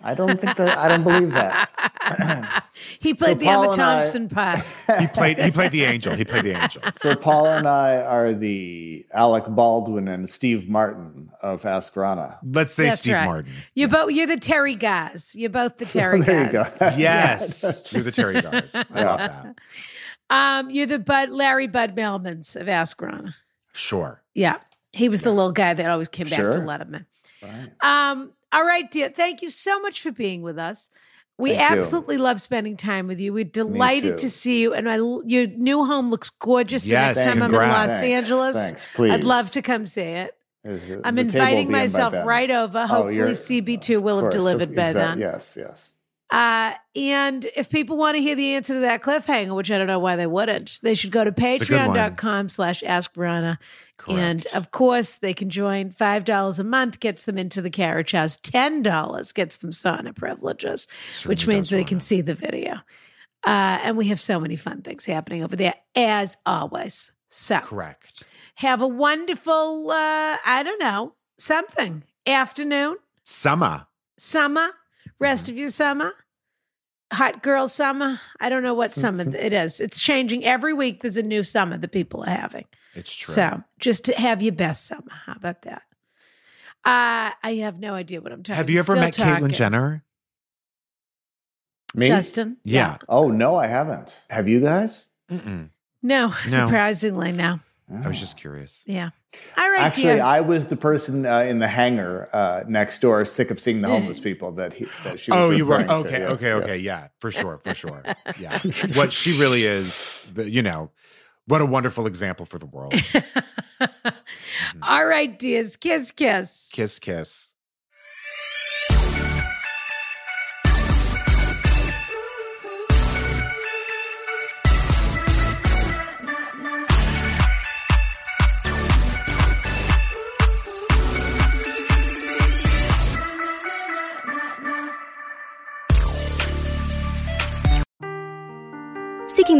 I don't think that. I don't believe that.
[LAUGHS] he played the
Paul
Emma
and I-
Thompson part.
He played. he played the angel. He played the angel.
So Paula and I are the Alec Baldwin and Steve Martin of Askrana.
Let's say
That's
Steve
right.
[LAUGHS]
Martin.
You're both you're the Terry guys. You're both the Terry
there you go.
guys.
Yes, you're the Terry
[LAUGHS]
Gars. I love that.
Um, you're the Bud Larry Bud Melmans of Askarana.
Sure.
Yeah. He was the little guy that always came back to
Sure.
Letterman.
Right.
Um, all right, dear. Thank you so much for being with us. We
Thank you.
absolutely love spending time with you. We're delighted
too.
to see you, and I, l- your new home looks gorgeous.
Yes,
the next time I'm in
congrats.
Los Angeles,
Thanks, please.
I'd love to come see it.
Is it-
I'm
the table will
inviting
be in by
myself
then.
right over.
Oh,
Hopefully,
you're-
CB2
of
will have
course,
delivered
of-
by
exact-
then.
Yes, yes.
Uh, and if people want to hear the answer to that cliffhanger, which I don't know why they wouldn't, they should go to
a good one.
patreon.com slash ask Brianna. And
Correct.
of course, they can join $5 a month, gets them into the carriage house. $10 gets them sauna privileges, which
Certainly
means
does,
they can
Ronna.
see the video. Uh, and we have so many fun things happening over there, as always. So
Correct.
have a wonderful, uh, I don't know, something, afternoon,
Summer.
summer, rest
Mm-hmm.
of your summer, hot girl summer. I don't know what summer
Mm-hmm.
it is. It's changing every week. There's a new summer that people are having.
It's true.
So just to have your best summer. How about that? Uh, I have no idea what I'm talking.
Have you ever
Still
met
talking.
Caitlyn Jenner?
Me?
Justin?
Yeah.
Oh no, I haven't. Have you guys?
Mm-mm.
No, surprisingly, no.
I was just curious.
Yeah. All right,
Actually,
dear.
I was the person uh, in the hangar uh, next door, sick of seeing the homeless people that he that she was.
Oh, you were
referring to.
okay,
Yes,
okay,
yes.
okay. Yeah, for sure, for sure.
[LAUGHS]
Yeah, what she really is, the, you know, what a wonderful example for the
[LAUGHS]
world.
All right, dears. Kiss, kiss.
Kiss, kiss.
Seeking